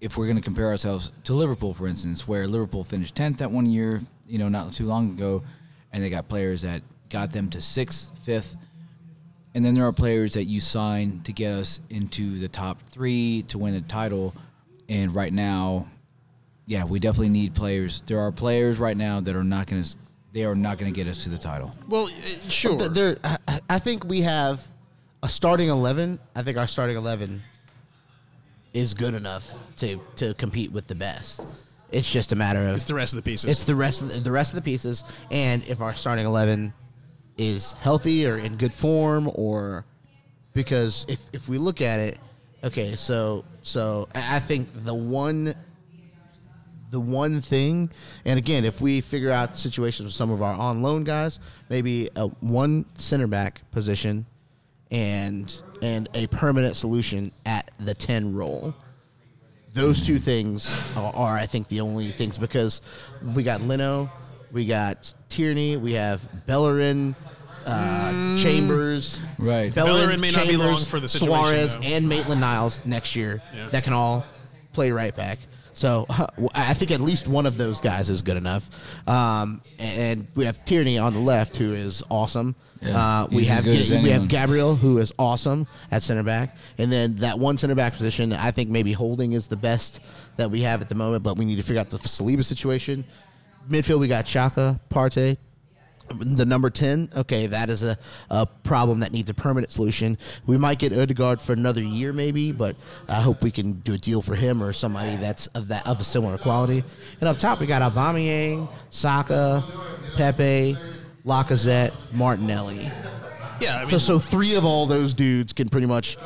[SPEAKER 2] if we're going to compare ourselves to Liverpool, for instance, where Liverpool finished 10th that one year, you know, not too long ago, and they got players that got them to 6th, 5th, and then there are players that you sign to get us into the top three to win a title. And right now, yeah, we definitely need players. There are players right now that are not going to, they are not going to get us to the title.
[SPEAKER 1] well, uh, sure.
[SPEAKER 3] Th- there, I- I- I think we have a starting eleven. I think our starting eleven is good enough to to compete with the best. It's just a matter of
[SPEAKER 1] it's the rest of the pieces.
[SPEAKER 3] it's the rest of the, the rest of the pieces, and if our starting eleven is healthy or in good form, or because if if we look at it, okay, so so I I think the one the one thing, and again, if we figure out situations with some of our on loan guys, maybe a one center back position, and and a permanent solution at the ten role those two things are, are, I think, the only things because we got Leno, we got Tierney, we have Bellerin, uh, Chambers.
[SPEAKER 2] Right.
[SPEAKER 1] Bellerin may not be long for the situation,
[SPEAKER 3] Suarez
[SPEAKER 1] though.
[SPEAKER 3] and Maitland Niles next year
[SPEAKER 1] Yeah.
[SPEAKER 3] that can all play right back. So huh, I think at least one of those guys is good enough. Um, and we have Tierney on the left, who is awesome.
[SPEAKER 2] Yeah.
[SPEAKER 3] Uh, we
[SPEAKER 2] He's as
[SPEAKER 3] have
[SPEAKER 2] good as
[SPEAKER 3] we
[SPEAKER 2] anyone.
[SPEAKER 3] have Gabriel, who is awesome at center back, and then that one center back position. I think maybe holding is the best that we have at the moment, but we need to figure out the Saliba situation. Midfield, we got Chaka, Partey, the number ten. Okay, that is a, a problem that needs a permanent solution. We might get Odegaard for another year, maybe, but I hope we can do a deal for him or somebody that's of that of a similar quality. And up top, we got Aubameyang, Saka, Pepe. Lacazette, Martinelli.
[SPEAKER 1] yeah, I mean,
[SPEAKER 3] So, so three of all those dudes can pretty much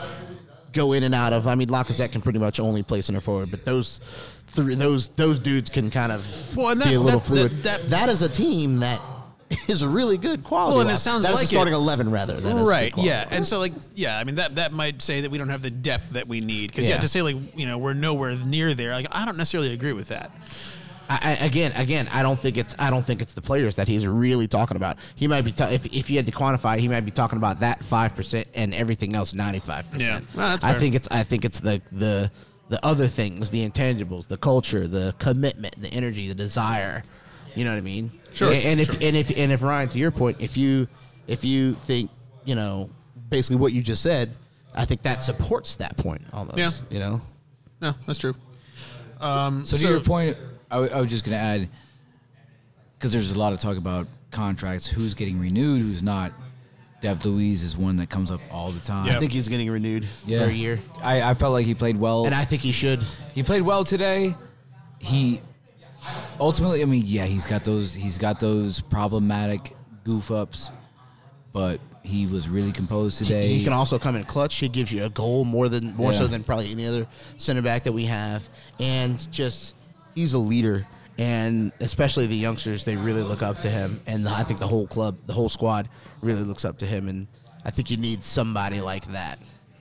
[SPEAKER 3] go in and out of. I mean, Lacazette can pretty much only play center forward, but those three, those those dudes can kind of
[SPEAKER 1] Well, and that-
[SPEAKER 3] be a little
[SPEAKER 1] that-
[SPEAKER 3] fluid.
[SPEAKER 1] that- that-
[SPEAKER 3] that is a team that is really good quality.
[SPEAKER 1] Well, and it
[SPEAKER 3] wise.
[SPEAKER 1] sounds
[SPEAKER 3] That's
[SPEAKER 1] like
[SPEAKER 3] a starting
[SPEAKER 1] it.
[SPEAKER 3] eleven rather. That is good
[SPEAKER 1] right
[SPEAKER 3] quality.
[SPEAKER 1] yeah and so like yeah i mean that that might say that we don't have the depth that we need because yeah.
[SPEAKER 3] Yeah.
[SPEAKER 1] to say like you know we're nowhere near there like i don't necessarily agree with that
[SPEAKER 3] I, I, again, again, I don't think it's I don't think it's the players that he's really talking about. He might be ta- if if you had to quantify, he might be talking about that five percent and everything else ninety five
[SPEAKER 1] Yeah.
[SPEAKER 3] percent.
[SPEAKER 1] Well, that's
[SPEAKER 3] I
[SPEAKER 1] fair.
[SPEAKER 3] think it's I think it's the the the other things, the intangibles, the culture, the commitment, the energy, the desire. You know what I mean?
[SPEAKER 1] Sure,
[SPEAKER 3] And, and if and if and if Ryan, to your point, if you if you think you know basically what you just said, I think that supports that point almost.
[SPEAKER 1] Yeah.
[SPEAKER 3] You know.
[SPEAKER 1] no that's true Um,
[SPEAKER 2] So, to your point, I, w- I was just going to add because there's a lot of talk about contracts, who's getting renewed, who's not. Dev Louise is one that comes up all the time.
[SPEAKER 1] Yeah.
[SPEAKER 3] I think he's getting renewed
[SPEAKER 2] Yeah.
[SPEAKER 3] for a year,
[SPEAKER 2] I, I felt like he played well.
[SPEAKER 3] and I think he should.
[SPEAKER 2] he played well today. He ultimately, I mean, yeah, he's got those he's got those problematic goof ups, but he was really composed today.
[SPEAKER 3] He can also come in clutch. He gives you a goal more than more so
[SPEAKER 2] Yeah.
[SPEAKER 3] than probably any other center back that we have, and just he's a leader. And especially the youngsters, they really look up to him, and I think the whole club, the whole squad, really looks up to him. And I think you need somebody like that,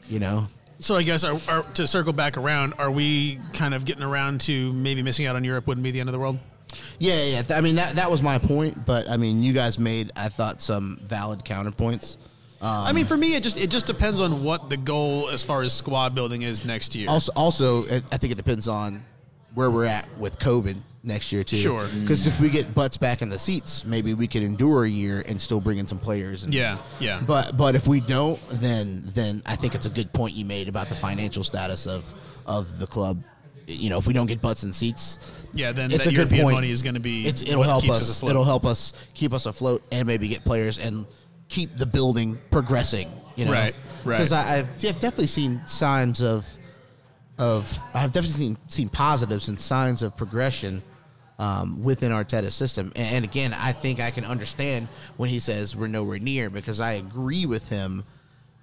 [SPEAKER 3] you know.
[SPEAKER 1] So I guess our, our, to circle back around, are we kind of getting around to maybe missing out on Europe wouldn't be the end of the world?
[SPEAKER 3] Yeah, yeah. th- I mean, that that was my point, but I mean, you guys made I thought some valid counterpoints.
[SPEAKER 1] I mean, for me, it just it just depends on what the goal as far as squad building is next year.
[SPEAKER 3] Also, also, I I think it depends on where we're at with COVID next year too.
[SPEAKER 1] Sure. Mm.
[SPEAKER 3] Because if we get butts back in the seats, maybe we could endure a year and still bring in some players. And,
[SPEAKER 1] yeah, yeah.
[SPEAKER 3] But but if we don't, then then I think it's a good point you made about the financial status of of the club. You know, if we don't get butts in seats,
[SPEAKER 1] Yeah, then
[SPEAKER 3] it's
[SPEAKER 1] that
[SPEAKER 3] a good
[SPEAKER 1] European
[SPEAKER 3] point.
[SPEAKER 1] money is going to be
[SPEAKER 3] It's, it'll
[SPEAKER 1] what
[SPEAKER 3] help
[SPEAKER 1] keeps
[SPEAKER 3] us.
[SPEAKER 1] afloat.
[SPEAKER 3] it'll help us keep us afloat and maybe get players and keep the building progressing. You know,
[SPEAKER 1] Right, right.
[SPEAKER 3] Because I've def- definitely seen signs of of I've definitely seen seen positives and signs of progression. Um, within Arteta's system, and, and again, I think I can understand when he says we're nowhere near because I agree with him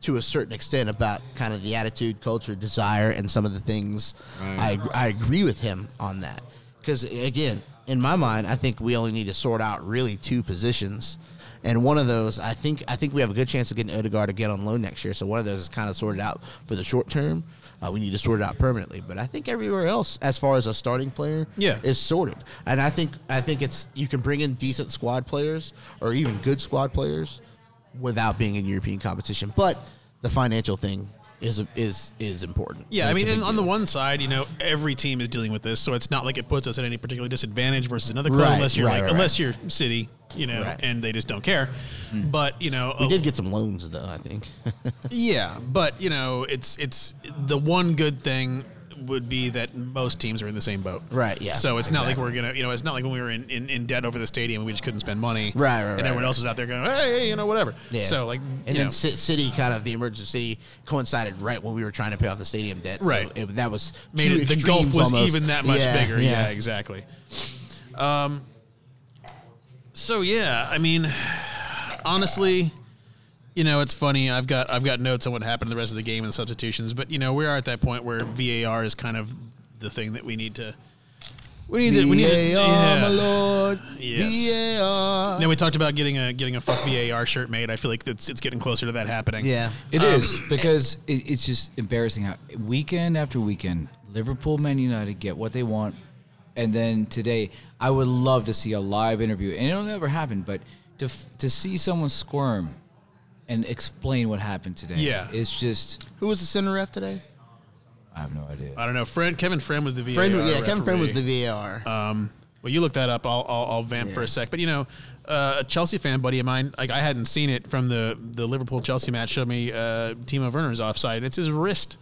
[SPEAKER 3] to a certain extent about kind of the attitude, culture, desire, and some of the things. I, I agree with him on that. Because, again, in my mind, I think we only need to sort out really two positions. And one of those, I think, I think we have a good chance of getting Odegaard again on loan next year. So one of those is kind of sorted out for the short term. Uh, we need to sort it out permanently. But I think everywhere else, as far as a starting player,
[SPEAKER 1] Yeah.
[SPEAKER 3] is sorted. And I think, I think it's you can bring in decent squad players or even good squad players without being in European competition. But the financial thing is is is important.
[SPEAKER 1] Yeah, I
[SPEAKER 3] It's
[SPEAKER 1] mean,
[SPEAKER 3] a big
[SPEAKER 1] and on the
[SPEAKER 3] deal.
[SPEAKER 1] one side, you know, every team is dealing with this, so it's not like it puts us at any particular disadvantage versus another club,
[SPEAKER 3] Right,
[SPEAKER 1] unless you're
[SPEAKER 3] right,
[SPEAKER 1] like,
[SPEAKER 3] right, right.
[SPEAKER 1] unless you're City, you know,
[SPEAKER 3] Right. Hmm.
[SPEAKER 1] and they just don't care. But you know,
[SPEAKER 3] we
[SPEAKER 1] a-
[SPEAKER 3] did get some loans though. I think
[SPEAKER 1] yeah, but you know, it's it's the one good thing would be that most teams are in the same boat.
[SPEAKER 3] Right, yeah,
[SPEAKER 1] So it's not like we're gonna, you know, it's not like when we were in, in, in debt over the stadium, we just couldn't spend money.
[SPEAKER 3] Right, right,
[SPEAKER 1] And
[SPEAKER 3] right,
[SPEAKER 1] everyone
[SPEAKER 3] right.
[SPEAKER 1] else was out there going, hey, hey, you know, whatever.
[SPEAKER 3] Yeah.
[SPEAKER 1] So like,
[SPEAKER 3] and
[SPEAKER 1] you
[SPEAKER 3] then
[SPEAKER 1] know,
[SPEAKER 3] Ci- City kind of the emergence of City coincided right when we were trying to pay off the stadium debt.
[SPEAKER 1] Right.
[SPEAKER 3] so it, that was
[SPEAKER 1] made
[SPEAKER 3] two
[SPEAKER 1] it- the
[SPEAKER 3] extremes
[SPEAKER 1] gulf was
[SPEAKER 3] almost.
[SPEAKER 1] even that much
[SPEAKER 3] Yeah,
[SPEAKER 1] bigger. Yeah. exactly. Um, so yeah, I mean, honestly, you know, it's funny. I've got I've got notes on what happened in the rest of the game and the substitutions, but you know, we are at that point where VAR is kind of the thing that we need to. We need to. We need to
[SPEAKER 3] VAR,
[SPEAKER 1] yeah.
[SPEAKER 3] my lord.
[SPEAKER 1] Yes.
[SPEAKER 3] VAR.
[SPEAKER 1] Now we talked about getting a getting a fuck VAR shirt made. I feel like it's it's getting closer to that happening.
[SPEAKER 3] Yeah.
[SPEAKER 2] It is Um, because it, it's just embarrassing how weekend after weekend, Liverpool, Man United get what they want, and then today, I would love to see a live interview, and it'll never happen. But to f- to see someone squirm and explain what happened today,
[SPEAKER 1] Yeah.
[SPEAKER 2] it's just
[SPEAKER 3] Who was the center ref today?
[SPEAKER 2] I have no idea.
[SPEAKER 1] I don't know. Friend Kevin Friend was the VAR.
[SPEAKER 3] Friend, yeah, Kevin Friend was
[SPEAKER 1] referee.
[SPEAKER 3] the VAR.
[SPEAKER 1] Um, well, you look that up. I'll I'll, I'll vamp for a sec. But you know, uh, a Chelsea fan buddy of mine, like I hadn't seen it from the the Liverpool Chelsea match. Showed me uh, Timo Werner's offside. It's his wrist.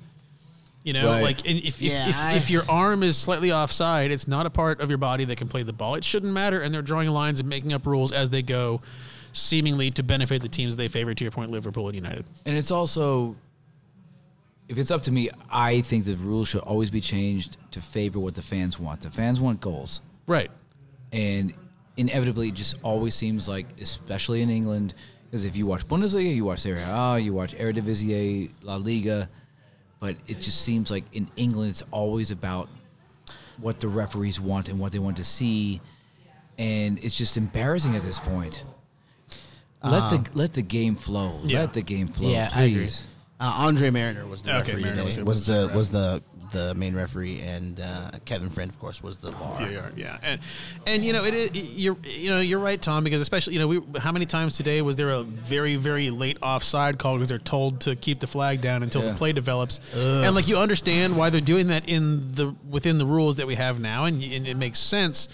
[SPEAKER 1] You know,
[SPEAKER 2] Right.
[SPEAKER 1] like and if,
[SPEAKER 3] Yeah,
[SPEAKER 1] if,
[SPEAKER 3] I-
[SPEAKER 1] if, if your arm is slightly offside, it's not a part of your body that can play the ball. It shouldn't matter. And they're drawing lines and making up rules as they go, seemingly to benefit the teams they favor. To your point, Liverpool and United.
[SPEAKER 2] And it's also, if it's up to me, I think the rules should always be changed to favor what the fans want. The fans want goals.
[SPEAKER 1] Right.
[SPEAKER 2] and inevitably it just always seems like especially in England because if you watch Bundesliga you watch Serie A you watch Eredivisie La Liga but it just seems like in England it's always about what the referees want and what they want to see and it's just embarrassing at this point let the let the game flow
[SPEAKER 1] yeah.
[SPEAKER 2] let the game flow
[SPEAKER 3] Um, Yeah, I agree.
[SPEAKER 2] please
[SPEAKER 3] Uh, Andre Mariner was the
[SPEAKER 1] Okay,
[SPEAKER 3] referee.
[SPEAKER 1] Mariner
[SPEAKER 3] today.
[SPEAKER 1] was
[SPEAKER 3] was,
[SPEAKER 1] the- was the
[SPEAKER 3] the
[SPEAKER 1] ref.
[SPEAKER 3] was the the main referee, and uh, Kevin Friend, of course, was the VAR.
[SPEAKER 1] Yeah, you are, yeah, and and you know it is you're you know you're right, Tom, because especially you know we how many times today was there a very very late offside call because they're told to keep the flag down until
[SPEAKER 2] Yeah.
[SPEAKER 1] the play develops, and like you understand why they're doing that in the within the rules that we have now, and, y- and it makes sense.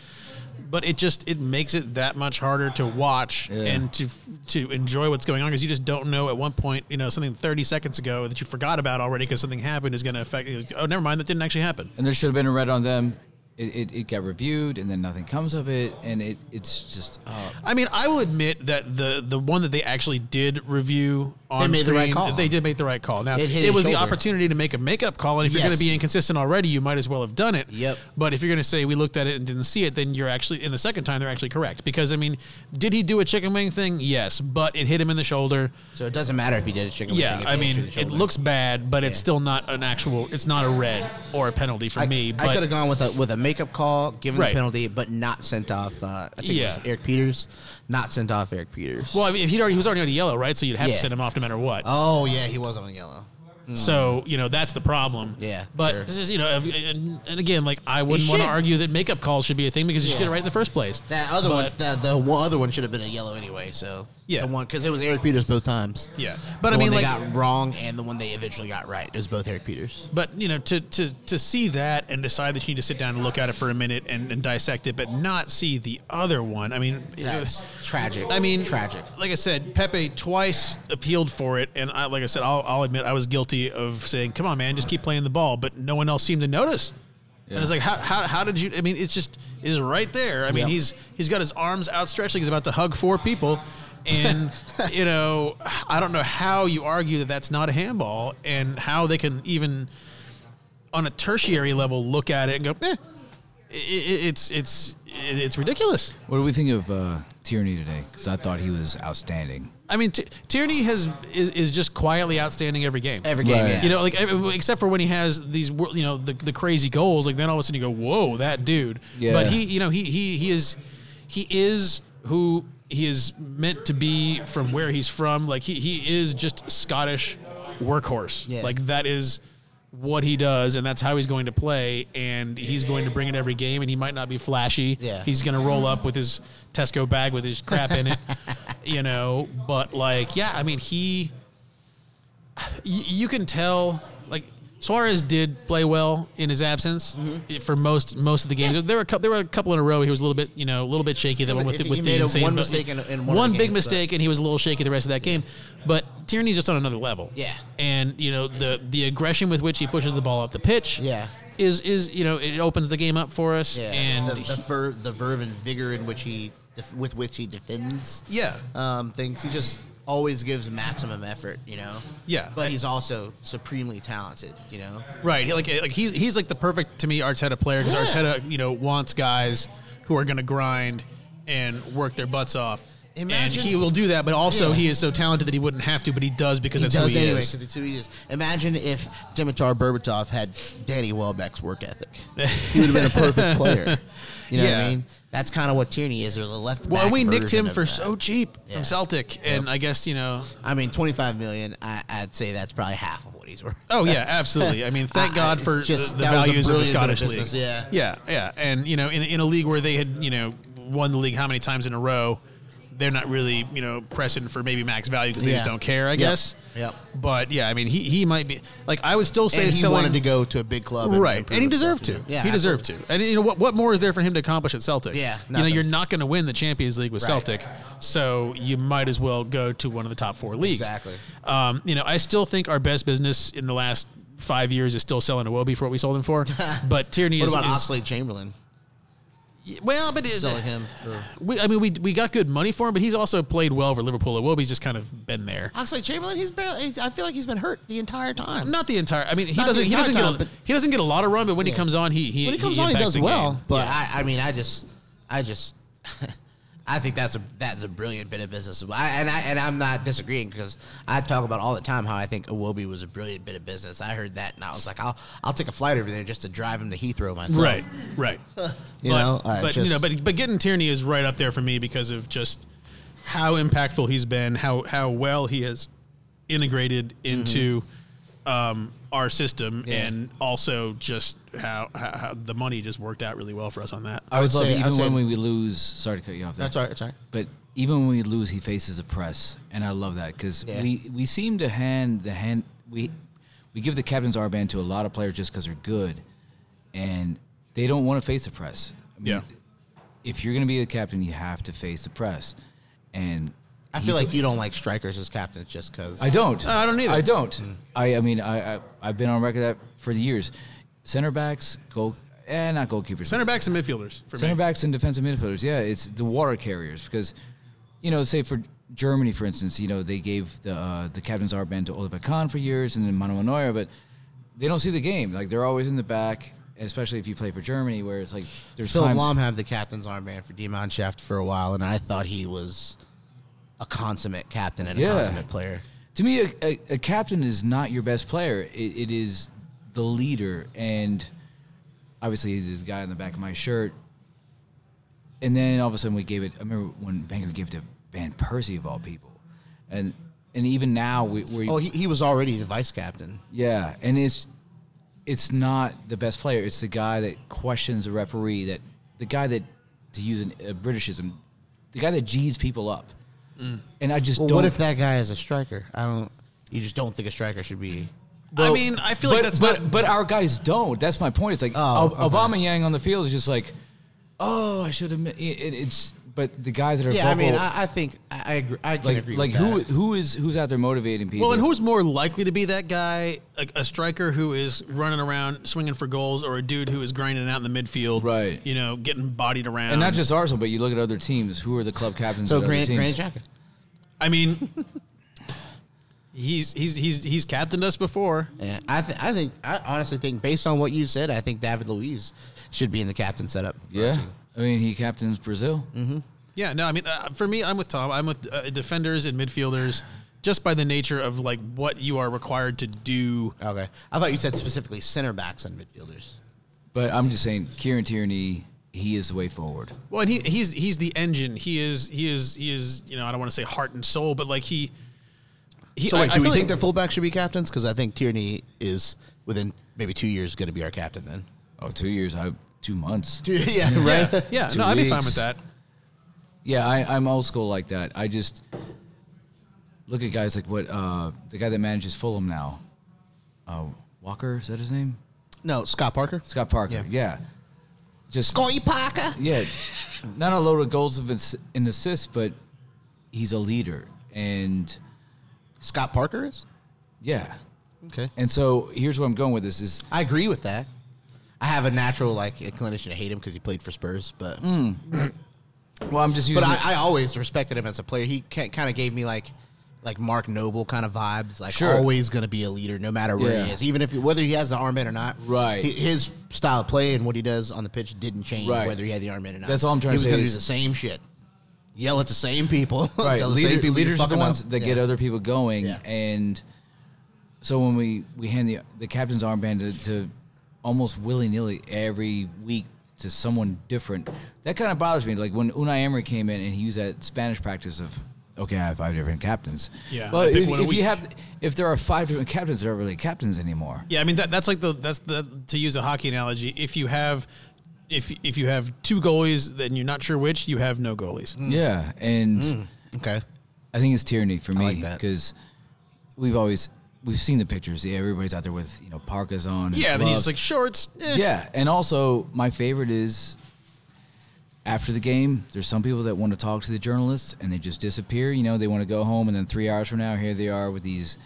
[SPEAKER 1] But it just it makes it that much harder to watch
[SPEAKER 2] Yeah.
[SPEAKER 1] and to to enjoy what's going on because you just don't know at one point you know something thirty seconds ago that you forgot about already because something happened is going to affect you oh never mind that didn't actually happen
[SPEAKER 2] and there should have been a red on them it, it, it got reviewed and then nothing comes of it and it it's just uh,
[SPEAKER 1] I mean, I will admit that the the one that they actually did review on
[SPEAKER 3] made the right
[SPEAKER 1] screen,
[SPEAKER 3] call.
[SPEAKER 1] they did make the right call. Now
[SPEAKER 3] It
[SPEAKER 1] it,
[SPEAKER 3] hit his
[SPEAKER 1] was the
[SPEAKER 3] shoulder.
[SPEAKER 1] opportunity to make a makeup call, and if you're going to be
[SPEAKER 3] Yes.
[SPEAKER 1] inconsistent already, you might as well have done it.
[SPEAKER 3] Yep.
[SPEAKER 1] But if you're going to say we looked at it and didn't see it, then you're actually in the second time they're actually correct because I mean, did he do a chicken wing thing? Yes, but it hit him in the shoulder.
[SPEAKER 3] So it doesn't matter if he did a chicken. wing
[SPEAKER 1] yeah,
[SPEAKER 3] thing, if
[SPEAKER 1] I
[SPEAKER 3] he hit
[SPEAKER 1] mean,
[SPEAKER 3] you through the
[SPEAKER 1] it
[SPEAKER 3] shoulder.
[SPEAKER 1] looks bad, but it's still not an actual. It's not a red or a penalty for
[SPEAKER 3] I,
[SPEAKER 1] me.
[SPEAKER 3] I
[SPEAKER 1] but-
[SPEAKER 3] could have gone with a with a makeup call, given
[SPEAKER 1] Right.
[SPEAKER 3] the penalty, but not sent off. Uh, I think it
[SPEAKER 1] Yeah.
[SPEAKER 3] was Eric Peters, not sent off Eric Peters.
[SPEAKER 1] Well, I mean, if he'd already, he was already on yellow, right? So you'd have
[SPEAKER 3] Yeah.
[SPEAKER 1] to send him off no matter what.
[SPEAKER 3] oh yeah, he was on yellow.
[SPEAKER 1] So you know that's the problem.
[SPEAKER 3] Mm-hmm. Yeah,
[SPEAKER 1] but
[SPEAKER 3] sure.
[SPEAKER 1] this is you know, and, and again, like I wouldn't
[SPEAKER 3] You
[SPEAKER 1] want to
[SPEAKER 3] should-
[SPEAKER 1] argue that makeup calls should be a thing because you should
[SPEAKER 3] Yeah.
[SPEAKER 1] get it right in the first place.
[SPEAKER 3] That other
[SPEAKER 1] But-
[SPEAKER 3] one, that the one other one should have been a yellow anyway. So
[SPEAKER 1] Yeah.
[SPEAKER 3] the one because it was Eric Peters both times.
[SPEAKER 1] Yeah, but
[SPEAKER 3] the
[SPEAKER 1] I mean,
[SPEAKER 3] one
[SPEAKER 1] like,
[SPEAKER 3] they got wrong and the one they eventually got right. It was both Eric Peters.
[SPEAKER 1] but you know, to to to see that and decide that you need to sit down and look at it for a minute and, and dissect it, but not see the other one. I mean, it
[SPEAKER 3] That's
[SPEAKER 1] was-
[SPEAKER 3] tragic.
[SPEAKER 1] I mean,
[SPEAKER 3] tragic.
[SPEAKER 1] Like I said, Pepe twice appealed for it, and I, like I said, I'll, I'll admit I was guilty of saying, "Come on, man, just keep playing the ball," but no one else seemed to notice. And it's like, how, how, how did you? I mean, it's just is right there. I mean,
[SPEAKER 3] Yep.
[SPEAKER 1] he's he's got his arms outstretched, like he's about to hug four people, and you know, I don't know how you argue that that's not a handball, and how they can even on a tertiary level look at it and go, eh, i i it's it's it's ridiculous.
[SPEAKER 2] what do we think of uh, Tierney today? Because I thought he was outstanding.
[SPEAKER 1] I mean, T- Tierney has is, is just quietly outstanding every game.
[SPEAKER 3] Every game,
[SPEAKER 2] Right.
[SPEAKER 3] yeah.
[SPEAKER 1] you know, like ev- except for when he has these, wor- you know, the, the crazy goals. Like then all of a sudden you go, "Whoa, that dude!"
[SPEAKER 2] Yeah.
[SPEAKER 1] But he, you know, he he he is he is who he is meant to be from where he's from. Like he he is just Scottish workhorse.
[SPEAKER 3] Yeah.
[SPEAKER 1] Like that is what he does, and that's how he's going to play. And he's going to bring it every game. And he might not be flashy.
[SPEAKER 3] Yeah.
[SPEAKER 1] he's going to roll up with his Tesco bag with his crap in it. you know, but like, yeah, I mean, he y- you can tell like Suarez did play well in his absence
[SPEAKER 3] Mm-hmm.
[SPEAKER 1] for most most of the games. There were a couple, there were a couple in a row. He was a little bit you know a little bit shaky. That one with
[SPEAKER 3] If
[SPEAKER 1] the, with
[SPEAKER 3] he
[SPEAKER 1] the
[SPEAKER 3] made a
[SPEAKER 1] insane
[SPEAKER 3] one
[SPEAKER 1] bu-
[SPEAKER 3] mistake in- in one of the
[SPEAKER 1] big
[SPEAKER 3] games,
[SPEAKER 1] mistake, and he was a little shaky the rest of that game. But Tierney's just on another level.
[SPEAKER 3] Yeah.
[SPEAKER 1] and you know the the aggression with which he pushes the ball up the pitch.
[SPEAKER 3] Yeah.
[SPEAKER 1] Is, is you know it opens the game up for us
[SPEAKER 3] Yeah,
[SPEAKER 1] and
[SPEAKER 3] the, the,
[SPEAKER 1] he-
[SPEAKER 3] ver- the verve and vigor in which he def- with which he defends.
[SPEAKER 1] Yeah.
[SPEAKER 3] um, things he just always gives maximum effort. You know.
[SPEAKER 1] Yeah.
[SPEAKER 3] but he's also supremely talented. You know.
[SPEAKER 1] Right, like eh, like he's he's like the perfect to me Arteta player because
[SPEAKER 3] Yeah.
[SPEAKER 1] Arteta you know wants guys who are going to grind and work their butts off.
[SPEAKER 3] Imagine-
[SPEAKER 1] and he will do that, but also
[SPEAKER 3] Yeah.
[SPEAKER 1] he is so talented that he wouldn't have to, but he does because
[SPEAKER 3] He
[SPEAKER 1] that's
[SPEAKER 3] does
[SPEAKER 1] who he
[SPEAKER 3] anyway
[SPEAKER 1] is.
[SPEAKER 3] because it's who he is. Imagine if Dimitar Berbatov had Danny Welbeck's work ethic. He would have been a perfect player. You know what I
[SPEAKER 1] Yeah.
[SPEAKER 3] mean? That's kind of what Tierney is, or the left.
[SPEAKER 1] Well,
[SPEAKER 3] back
[SPEAKER 1] we nicked
[SPEAKER 3] version
[SPEAKER 1] him
[SPEAKER 3] of
[SPEAKER 1] for
[SPEAKER 3] that.
[SPEAKER 1] so cheap
[SPEAKER 3] Yeah.
[SPEAKER 1] from Celtic, and I guess you know.
[SPEAKER 3] I mean, twenty five million. I, I'd say that's probably half of what he's worth.
[SPEAKER 1] Oh yeah, absolutely. I mean, thank
[SPEAKER 3] I-
[SPEAKER 1] God
[SPEAKER 3] it's
[SPEAKER 1] for
[SPEAKER 3] just-
[SPEAKER 1] the, the
[SPEAKER 3] that was a
[SPEAKER 1] values of the
[SPEAKER 3] brilliant bit of
[SPEAKER 1] Scottish
[SPEAKER 3] business,
[SPEAKER 1] league.
[SPEAKER 3] yeah.
[SPEAKER 1] yeah, yeah, and you know, in in a league where they had you know won the league how many times in a row, they're not really you know pressing for maybe max value because they
[SPEAKER 3] Yeah.
[SPEAKER 1] just don't care, I
[SPEAKER 3] Yep.
[SPEAKER 1] guess.
[SPEAKER 3] Yep.
[SPEAKER 1] But yeah, I mean, he he might be like I would still say
[SPEAKER 3] and he
[SPEAKER 1] selling,
[SPEAKER 3] wanted to go to a big club, and
[SPEAKER 1] Right,
[SPEAKER 3] improve
[SPEAKER 1] and he
[SPEAKER 3] himself,
[SPEAKER 1] deserved to.
[SPEAKER 3] you know?
[SPEAKER 1] he deserved to. And you know what? What more is there for him to accomplish at Celtic?
[SPEAKER 3] Yeah,
[SPEAKER 1] you know
[SPEAKER 3] nothing.
[SPEAKER 1] you're not going to win the Champions League with
[SPEAKER 3] Right.
[SPEAKER 1] Celtic, so you might as well go to one of the top four leagues.
[SPEAKER 3] Exactly.
[SPEAKER 1] Um, you know, I still think our best business in the last five years is still selling Awobi for what we sold him for. but Tierney
[SPEAKER 3] What
[SPEAKER 1] is,
[SPEAKER 3] about
[SPEAKER 1] is-
[SPEAKER 3] Oxley Chamberlain?
[SPEAKER 1] well, but it,
[SPEAKER 3] Selling him for
[SPEAKER 1] We, I mean, we we got good money for him, but he's also played well for Liverpool. Awobi's just kind of been there.
[SPEAKER 3] Oxley Chamberlain? He's barely. He's, I feel like he's been hurt the entire time.
[SPEAKER 1] Not the entire. I mean, he
[SPEAKER 3] Not the
[SPEAKER 1] doesn't. He
[SPEAKER 3] entire
[SPEAKER 1] doesn't
[SPEAKER 3] time,
[SPEAKER 1] get.
[SPEAKER 3] but-
[SPEAKER 1] A, he doesn't get a lot of run, but when he comes on, he he
[SPEAKER 3] when he comes on, he
[SPEAKER 1] impacts
[SPEAKER 3] does
[SPEAKER 1] the
[SPEAKER 3] well.
[SPEAKER 1] game.
[SPEAKER 3] But I, I mean, I just, I just, I think that's a that's a brilliant bit of business. I, and I and I'm not disagreeing because I talk about all the time how I think Awobi was a brilliant bit of business. I heard that and I was like, I'll I'll take a flight over there just to drive him to Heathrow myself.
[SPEAKER 1] Right, right.
[SPEAKER 3] You
[SPEAKER 1] but,
[SPEAKER 3] know, I
[SPEAKER 1] but
[SPEAKER 3] just-
[SPEAKER 1] you know, but but getting Tierney is right up there for me because of just how impactful he's been, how how well he has integrated into um, our system,
[SPEAKER 3] Mm-hmm. Yeah.
[SPEAKER 1] and also just how, how how the money just worked out really well for us on that.
[SPEAKER 2] I would
[SPEAKER 3] would
[SPEAKER 2] love
[SPEAKER 3] say- I
[SPEAKER 2] even
[SPEAKER 3] would say-
[SPEAKER 2] when we lose. Sorry to cut you off. There.
[SPEAKER 3] That's all right. That's all right.
[SPEAKER 2] But even when we lose, he faces the press, and I love that because
[SPEAKER 3] Yeah.
[SPEAKER 2] we we seem to hand the hand we we give the captain's armband to a lot of players just because they're good, and they don't want to face the press. I mean,
[SPEAKER 1] Yeah.
[SPEAKER 2] If you're going to be the captain, you have to face the press, and
[SPEAKER 3] I feel like you don't like strikers as captains just because
[SPEAKER 2] I don't.
[SPEAKER 1] I don't either.
[SPEAKER 2] I don't. I, I mean, I, I I've been on record that for the years. Center backs, goal. eh, not goalkeepers.
[SPEAKER 1] Center backs and midfielders for
[SPEAKER 2] Center
[SPEAKER 1] me.
[SPEAKER 2] backs and defensive midfielders. Yeah, it's the water carriers because, you know, say for Germany, for instance, you know they gave the uh, the captain's armband to Oliver Kahn for years and then Manuel Neuer, but they don't see the game. Like they're always in the back, especially if you play for Germany, where it's like there's
[SPEAKER 3] Philip
[SPEAKER 2] times.
[SPEAKER 3] Lahm had the captain's armband for Demon Shaft for a while, and I thought he was a consummate captain and
[SPEAKER 2] Yeah.
[SPEAKER 3] a consummate player.
[SPEAKER 2] To me, a, a, a captain is not your best player. It, it is the leader, and obviously he's this guy on the back of my shirt. And then all of a sudden we gave it. I remember when Wenger gave it to Van Persie of all people, and and even now we, we
[SPEAKER 3] Oh, he, he was already the vice captain.
[SPEAKER 2] yeah, and it's it's not the best player. It's the guy that questions the referee, that the guy that to use an, a Britishism, the guy that g's people up. And I just
[SPEAKER 3] Mm. Well,
[SPEAKER 2] don't.
[SPEAKER 3] what if that guy is a striker? I don't. You just don't think a striker should be.
[SPEAKER 1] I mean, I feel
[SPEAKER 2] but,
[SPEAKER 1] like that's
[SPEAKER 2] but,
[SPEAKER 1] not.
[SPEAKER 2] but our guys don't. That's my point. It's like
[SPEAKER 3] Oh,
[SPEAKER 2] Ob- Obama Yang on the field is just like, oh, I should have. mi- It, it- it's but the guys that are
[SPEAKER 3] Yeah, I mean,
[SPEAKER 2] vocal,
[SPEAKER 3] I, I think I, I agree. I can
[SPEAKER 2] like
[SPEAKER 3] agree.
[SPEAKER 2] like
[SPEAKER 3] with
[SPEAKER 2] who
[SPEAKER 3] that.
[SPEAKER 2] who is who's out there motivating people?
[SPEAKER 1] well, and who's more likely to be that guy, a, a striker who is running around swinging for goals, or a dude who is grinding out in the midfield,
[SPEAKER 2] Right.
[SPEAKER 1] You know, getting bodied around.
[SPEAKER 2] and not just Arsenal, but you look at other teams. Who are the club captains?
[SPEAKER 3] So
[SPEAKER 2] of other
[SPEAKER 3] Granit
[SPEAKER 2] teams?
[SPEAKER 3] Granit Xhaka.
[SPEAKER 1] I mean, he's he's he's he's captained us before.
[SPEAKER 3] Yeah, I th- I think I honestly think based on what you said, I think David Luiz should be in the captain setup.
[SPEAKER 2] Yeah, I mean, he captains Brazil.
[SPEAKER 3] Mm-hmm.
[SPEAKER 1] Yeah, no, I mean, uh, for me, I'm with Tom. I'm with uh, defenders and midfielders, just by the nature of like what you are required to do.
[SPEAKER 3] Okay, I thought you said specifically center backs and midfielders.
[SPEAKER 2] But I'm just saying, Kieran Tierney, he is the way forward.
[SPEAKER 1] Well, and he, he's he's the engine. He is he is he is you know I don't want to say heart and soul, but like he. he
[SPEAKER 3] So wait, do we
[SPEAKER 1] feel
[SPEAKER 3] think their
[SPEAKER 1] like,
[SPEAKER 3] fullback should be captains? Because I think Tierney is within maybe two years going to be our captain then.
[SPEAKER 2] Oh, two years, I two months.
[SPEAKER 3] yeah, right.
[SPEAKER 1] Yeah,
[SPEAKER 2] two
[SPEAKER 1] no, I'd be fine
[SPEAKER 2] weeks.
[SPEAKER 1] with that.
[SPEAKER 2] Yeah, I, I'm old school like that. I just look at guys like what uh, the guy that manages Fulham now, uh, Walker is that his name?
[SPEAKER 3] No, Scott Parker.
[SPEAKER 2] Scott Parker. Yeah,
[SPEAKER 3] Yeah.
[SPEAKER 2] just
[SPEAKER 3] Scotty Parker.
[SPEAKER 2] yeah, not a load of goals of ins- and assists, but he's a leader, and
[SPEAKER 3] Scott Parker is
[SPEAKER 2] yeah.
[SPEAKER 3] okay.
[SPEAKER 2] And so here's where I'm going with this: is
[SPEAKER 3] I agree with that. I have a natural like inclination to hate him because he played for Spurs, but
[SPEAKER 2] well, I'm just using
[SPEAKER 3] but I, I always respected him as a player. He kind of gave me like like Mark Noble kind of vibes, like
[SPEAKER 2] Sure.
[SPEAKER 3] always going to be a leader no matter where he
[SPEAKER 2] Yeah.
[SPEAKER 3] is, even if whether he has the armband or not.
[SPEAKER 2] Right.
[SPEAKER 3] hi- his style of play and what he does on the pitch didn't change
[SPEAKER 2] Right.
[SPEAKER 3] whether he had the armband or not.
[SPEAKER 2] That's all I'm trying to
[SPEAKER 3] he was
[SPEAKER 2] say
[SPEAKER 3] gonna
[SPEAKER 2] is-
[SPEAKER 3] do the same shit, yell at the same people,
[SPEAKER 2] right.
[SPEAKER 3] tell the
[SPEAKER 2] leader-
[SPEAKER 3] same people you're
[SPEAKER 2] leaders are the
[SPEAKER 3] fucking
[SPEAKER 2] ones
[SPEAKER 3] up.
[SPEAKER 2] that
[SPEAKER 3] Yeah.
[SPEAKER 2] get other people going,
[SPEAKER 3] Yeah.
[SPEAKER 2] and so when we we hand the the captain's armband to, to almost willy nilly every week to someone different, that kind of bothers me. Like when Unai Emery came in and he used that Spanish practice of. Okay, I have five different captains.
[SPEAKER 1] Yeah,
[SPEAKER 2] Well,
[SPEAKER 1] I
[SPEAKER 2] if,
[SPEAKER 1] pick one a
[SPEAKER 2] if
[SPEAKER 1] week.
[SPEAKER 2] you have, if there are five different captains, there are really captains anymore.
[SPEAKER 1] Yeah, I mean that, that's like the that's the to use a hockey analogy. If you have if if you have two goalies, then you're not sure which. You have no goalies.
[SPEAKER 3] Mm.
[SPEAKER 2] Yeah, and
[SPEAKER 3] okay.
[SPEAKER 2] I think it's tyranny for me
[SPEAKER 3] Mm. like that.
[SPEAKER 2] because we've always we've seen the pictures. Yeah, everybody's out there with you know parkas on. and
[SPEAKER 1] Yeah, then he's
[SPEAKER 2] gloves.
[SPEAKER 1] like shorts. eh.
[SPEAKER 2] Yeah, and also my favorite is after the game. There's some people that want to talk to the journalists and they just disappear. You know, they want to go home, and then three hours from now, here they are with these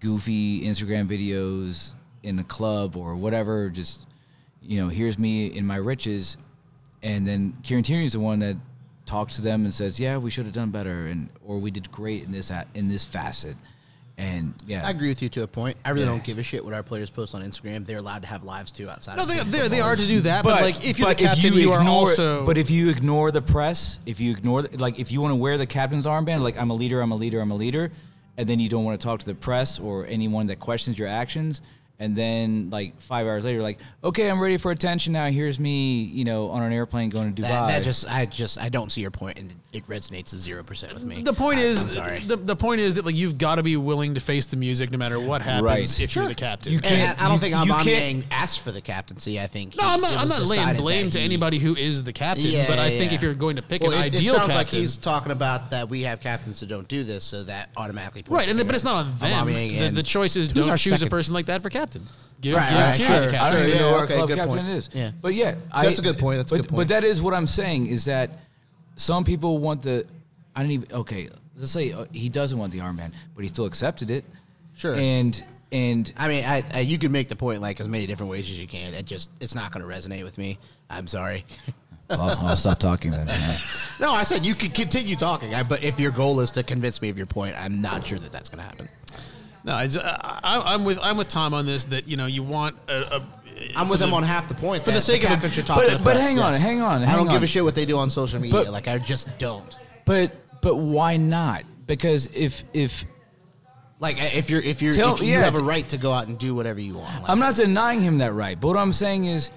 [SPEAKER 2] goofy Instagram videos in the club or whatever. Just you know, here's me in my riches, and then Kieran Tierney's the one that talks to them and says, "Yeah, we should have done better," and or we did great in this a- in this facet. And yeah,
[SPEAKER 3] I agree with you to a point. I really
[SPEAKER 2] Yeah.
[SPEAKER 3] don't give a shit what our players post on Instagram. They're allowed to have lives too outside.
[SPEAKER 1] No,
[SPEAKER 3] of
[SPEAKER 1] they,
[SPEAKER 3] playing
[SPEAKER 1] they, they
[SPEAKER 3] football.
[SPEAKER 1] are to do that, but, like if you're the captain, you, are
[SPEAKER 2] ignore-
[SPEAKER 1] also.
[SPEAKER 2] But if you ignore the press, if you ignore, the, like, if you want to wear the captain's armband, like, I'm a leader, I'm a leader, I'm a leader, and then you don't want to talk to the press or anyone that questions your actions, and then like five hours later, like, okay, I'm ready for attention now. Here's me, you know, on an airplane going to Dubai.
[SPEAKER 3] That, that just, I just, I don't see your point, and it resonates zero percent with me.
[SPEAKER 1] the point
[SPEAKER 3] I-
[SPEAKER 1] is,
[SPEAKER 3] I'm sorry.
[SPEAKER 1] the, the point is that like you've got to be willing to face the music no matter what happens
[SPEAKER 2] Right.
[SPEAKER 1] if
[SPEAKER 2] Sure.
[SPEAKER 1] you're the captain.
[SPEAKER 2] You
[SPEAKER 1] And-
[SPEAKER 2] can't-
[SPEAKER 3] and I don't
[SPEAKER 2] you-
[SPEAKER 3] think
[SPEAKER 2] you
[SPEAKER 3] Aubameyang
[SPEAKER 2] can't-
[SPEAKER 3] asked for the captaincy. I think.
[SPEAKER 1] no,
[SPEAKER 3] he-
[SPEAKER 1] I'm not.
[SPEAKER 3] it
[SPEAKER 1] I'm
[SPEAKER 3] was
[SPEAKER 1] not laying
[SPEAKER 3] decided
[SPEAKER 1] blame
[SPEAKER 3] that
[SPEAKER 1] to
[SPEAKER 3] he-
[SPEAKER 1] anybody who is the captain.
[SPEAKER 3] Yeah,
[SPEAKER 1] but I
[SPEAKER 3] yeah,
[SPEAKER 1] think
[SPEAKER 3] yeah.
[SPEAKER 1] if you're going to pick
[SPEAKER 3] Well,
[SPEAKER 1] an
[SPEAKER 3] it,
[SPEAKER 1] ideal
[SPEAKER 3] it sounds
[SPEAKER 1] captain,
[SPEAKER 3] like he's talking about that we have captains that don't do this, so that automatically. points
[SPEAKER 1] right, and
[SPEAKER 3] to
[SPEAKER 1] but it's not on them.
[SPEAKER 3] Aubameyang
[SPEAKER 1] The,
[SPEAKER 3] and-
[SPEAKER 1] the choice is
[SPEAKER 3] Who's
[SPEAKER 1] don't
[SPEAKER 3] our
[SPEAKER 1] choose
[SPEAKER 3] second-
[SPEAKER 1] a person like that for captain. Give,
[SPEAKER 3] Right,
[SPEAKER 1] give
[SPEAKER 3] right,
[SPEAKER 1] Tierney
[SPEAKER 3] sure.
[SPEAKER 1] the
[SPEAKER 2] I
[SPEAKER 1] captain.
[SPEAKER 2] don't
[SPEAKER 3] Sure,
[SPEAKER 2] even know
[SPEAKER 3] yeah,
[SPEAKER 2] where our
[SPEAKER 3] okay,
[SPEAKER 2] club
[SPEAKER 3] good
[SPEAKER 2] captain
[SPEAKER 3] point.
[SPEAKER 2] is.
[SPEAKER 3] Yeah.
[SPEAKER 2] But yeah,
[SPEAKER 3] That's a good point, that's a
[SPEAKER 2] but,
[SPEAKER 3] good point.
[SPEAKER 2] But that is what I'm saying is that some people want the. I didn't even okay. Let's say uh, he doesn't want the armband, but he still accepted it.
[SPEAKER 3] Sure.
[SPEAKER 2] And And
[SPEAKER 3] I mean, I, I you could make the point like as many different ways as you can. It just it's not going to resonate with me. I'm sorry.
[SPEAKER 2] well, I'll stop talking then.
[SPEAKER 3] no, I said you could continue talking, I, but if your goal is to convince me of your point, I'm not sure that that's going to happen.
[SPEAKER 1] No, it's, uh, I, I'm with I'm with Tom on this. That you know, you want a, a
[SPEAKER 3] I'm with him on half the point. For
[SPEAKER 1] the sake of the-
[SPEAKER 3] captain should talk
[SPEAKER 2] but-
[SPEAKER 3] to the
[SPEAKER 2] but
[SPEAKER 3] press,
[SPEAKER 2] hang on,
[SPEAKER 3] yes.
[SPEAKER 2] hang on,
[SPEAKER 3] I
[SPEAKER 2] hang
[SPEAKER 3] don't give
[SPEAKER 2] on.
[SPEAKER 3] a shit what they do on social media.
[SPEAKER 2] But-
[SPEAKER 3] like I just don't.
[SPEAKER 2] But but why not? Because if if
[SPEAKER 3] Like if you're if you're
[SPEAKER 2] Tell-
[SPEAKER 3] if you
[SPEAKER 2] yeah,
[SPEAKER 3] have a
[SPEAKER 2] t- Uh,
[SPEAKER 3] right to go out and do whatever you want. Like,
[SPEAKER 2] I'm not denying him that right, but what I'm saying is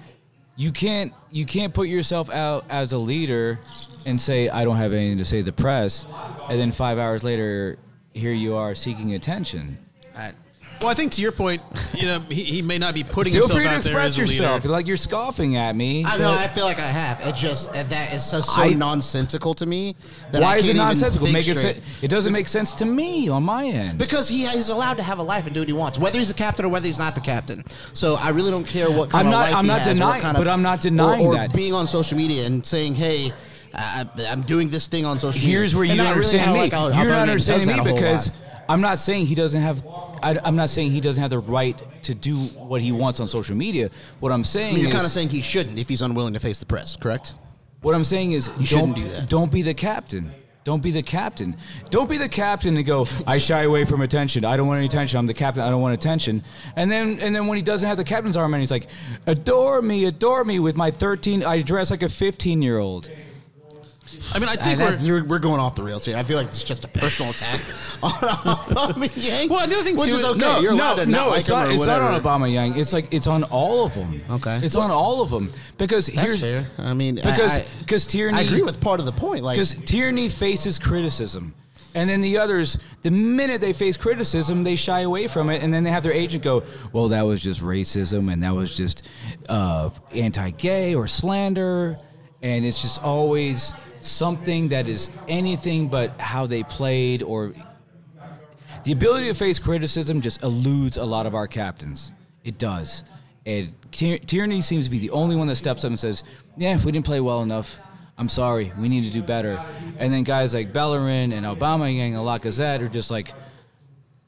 [SPEAKER 2] you can't you can't put yourself out as a leader and say I don't have anything to say to the press, and then five hours later here you are seeking attention.
[SPEAKER 3] I-
[SPEAKER 1] Well, I think to your point, you know, he, he may not be putting
[SPEAKER 2] Feel
[SPEAKER 1] himself
[SPEAKER 2] free to
[SPEAKER 1] out there
[SPEAKER 2] express
[SPEAKER 1] as a
[SPEAKER 2] yourself.
[SPEAKER 1] leader.
[SPEAKER 2] Like you're scoffing at me.
[SPEAKER 3] I
[SPEAKER 2] but-
[SPEAKER 3] know. I feel like I have. It just and that is so, so
[SPEAKER 2] I-
[SPEAKER 3] nonsensical to me. That
[SPEAKER 2] why
[SPEAKER 3] I
[SPEAKER 2] is it
[SPEAKER 3] can't even
[SPEAKER 2] nonsensical?
[SPEAKER 3] think
[SPEAKER 2] Make it,
[SPEAKER 3] straight.
[SPEAKER 2] sen- it doesn't make sense to me on my end.
[SPEAKER 3] Because he is allowed to have a life and do what he wants, whether he's the captain or whether he's not the captain. So I really don't care what kind
[SPEAKER 2] I'm not-
[SPEAKER 3] of life
[SPEAKER 2] I'm
[SPEAKER 3] he
[SPEAKER 2] not
[SPEAKER 3] has or what
[SPEAKER 2] denying-
[SPEAKER 3] kind of-
[SPEAKER 2] but I'm not denying
[SPEAKER 3] or, or
[SPEAKER 2] that.
[SPEAKER 3] being on social media and saying, "Hey, I, I- I'm doing this thing on social media."
[SPEAKER 2] here's where you
[SPEAKER 3] And
[SPEAKER 2] don't
[SPEAKER 3] I really
[SPEAKER 2] understand
[SPEAKER 3] how,
[SPEAKER 2] me.
[SPEAKER 3] like, how- how
[SPEAKER 2] You're not
[SPEAKER 3] Batman does
[SPEAKER 2] understanding
[SPEAKER 3] that a
[SPEAKER 2] me
[SPEAKER 3] whole
[SPEAKER 2] because
[SPEAKER 3] lot.
[SPEAKER 2] I'm not saying he doesn't have. I, am not saying he doesn't have the right to do what he wants on social media. What I'm
[SPEAKER 3] I
[SPEAKER 2] saying
[SPEAKER 3] mean, you're kind of
[SPEAKER 2] is, Uh,
[SPEAKER 3] saying he shouldn't if he's unwilling to face the press, correct?
[SPEAKER 2] what I'm saying is, don't
[SPEAKER 3] shouldn't do that.
[SPEAKER 2] don't be the captain. Don't be the captain. Don't be the captain and go. I shy away from attention. I don't want any attention. I'm the captain. I don't want attention. And then and then when he doesn't have the captain's arm, and he's like, adore me, adore me with my 13. I dress like a 15 year old.
[SPEAKER 1] I mean, I
[SPEAKER 3] I
[SPEAKER 1] think
[SPEAKER 3] think
[SPEAKER 1] we're.
[SPEAKER 3] we're, we're going off the rails here. I feel like it's just a personal attack on Obama Yang.
[SPEAKER 1] Well, the other thing
[SPEAKER 3] which
[SPEAKER 1] too
[SPEAKER 3] is
[SPEAKER 1] is-
[SPEAKER 3] okay.
[SPEAKER 1] no,
[SPEAKER 3] You're allowed to not like
[SPEAKER 2] it's
[SPEAKER 3] him
[SPEAKER 2] not,
[SPEAKER 3] or
[SPEAKER 2] it's not
[SPEAKER 3] whatever.
[SPEAKER 2] on Obama Yang. It's like it's on all of them.
[SPEAKER 3] Okay.
[SPEAKER 2] it's on all of them because
[SPEAKER 3] That's
[SPEAKER 2] here's
[SPEAKER 3] fair. I mean, I-
[SPEAKER 2] because
[SPEAKER 3] I-
[SPEAKER 2] because Tierney
[SPEAKER 3] I agree with part of the point. Like,
[SPEAKER 2] because Tierney faces criticism, and then the others, the minute they face criticism, they shy away from it, and then they have their agent go, "Well, that was just racism, and that was just uh, anti-gay or slander," and it's just always something that is anything but how they played or the ability to face criticism just eludes a lot of our captains. It does. And Tier- Tierney seems to be the only one that steps up and says, "Yeah, we didn't play well enough. I'm sorry. We need to do better." And then guys like Bellerin and Aubameyang and Lacazette are just like,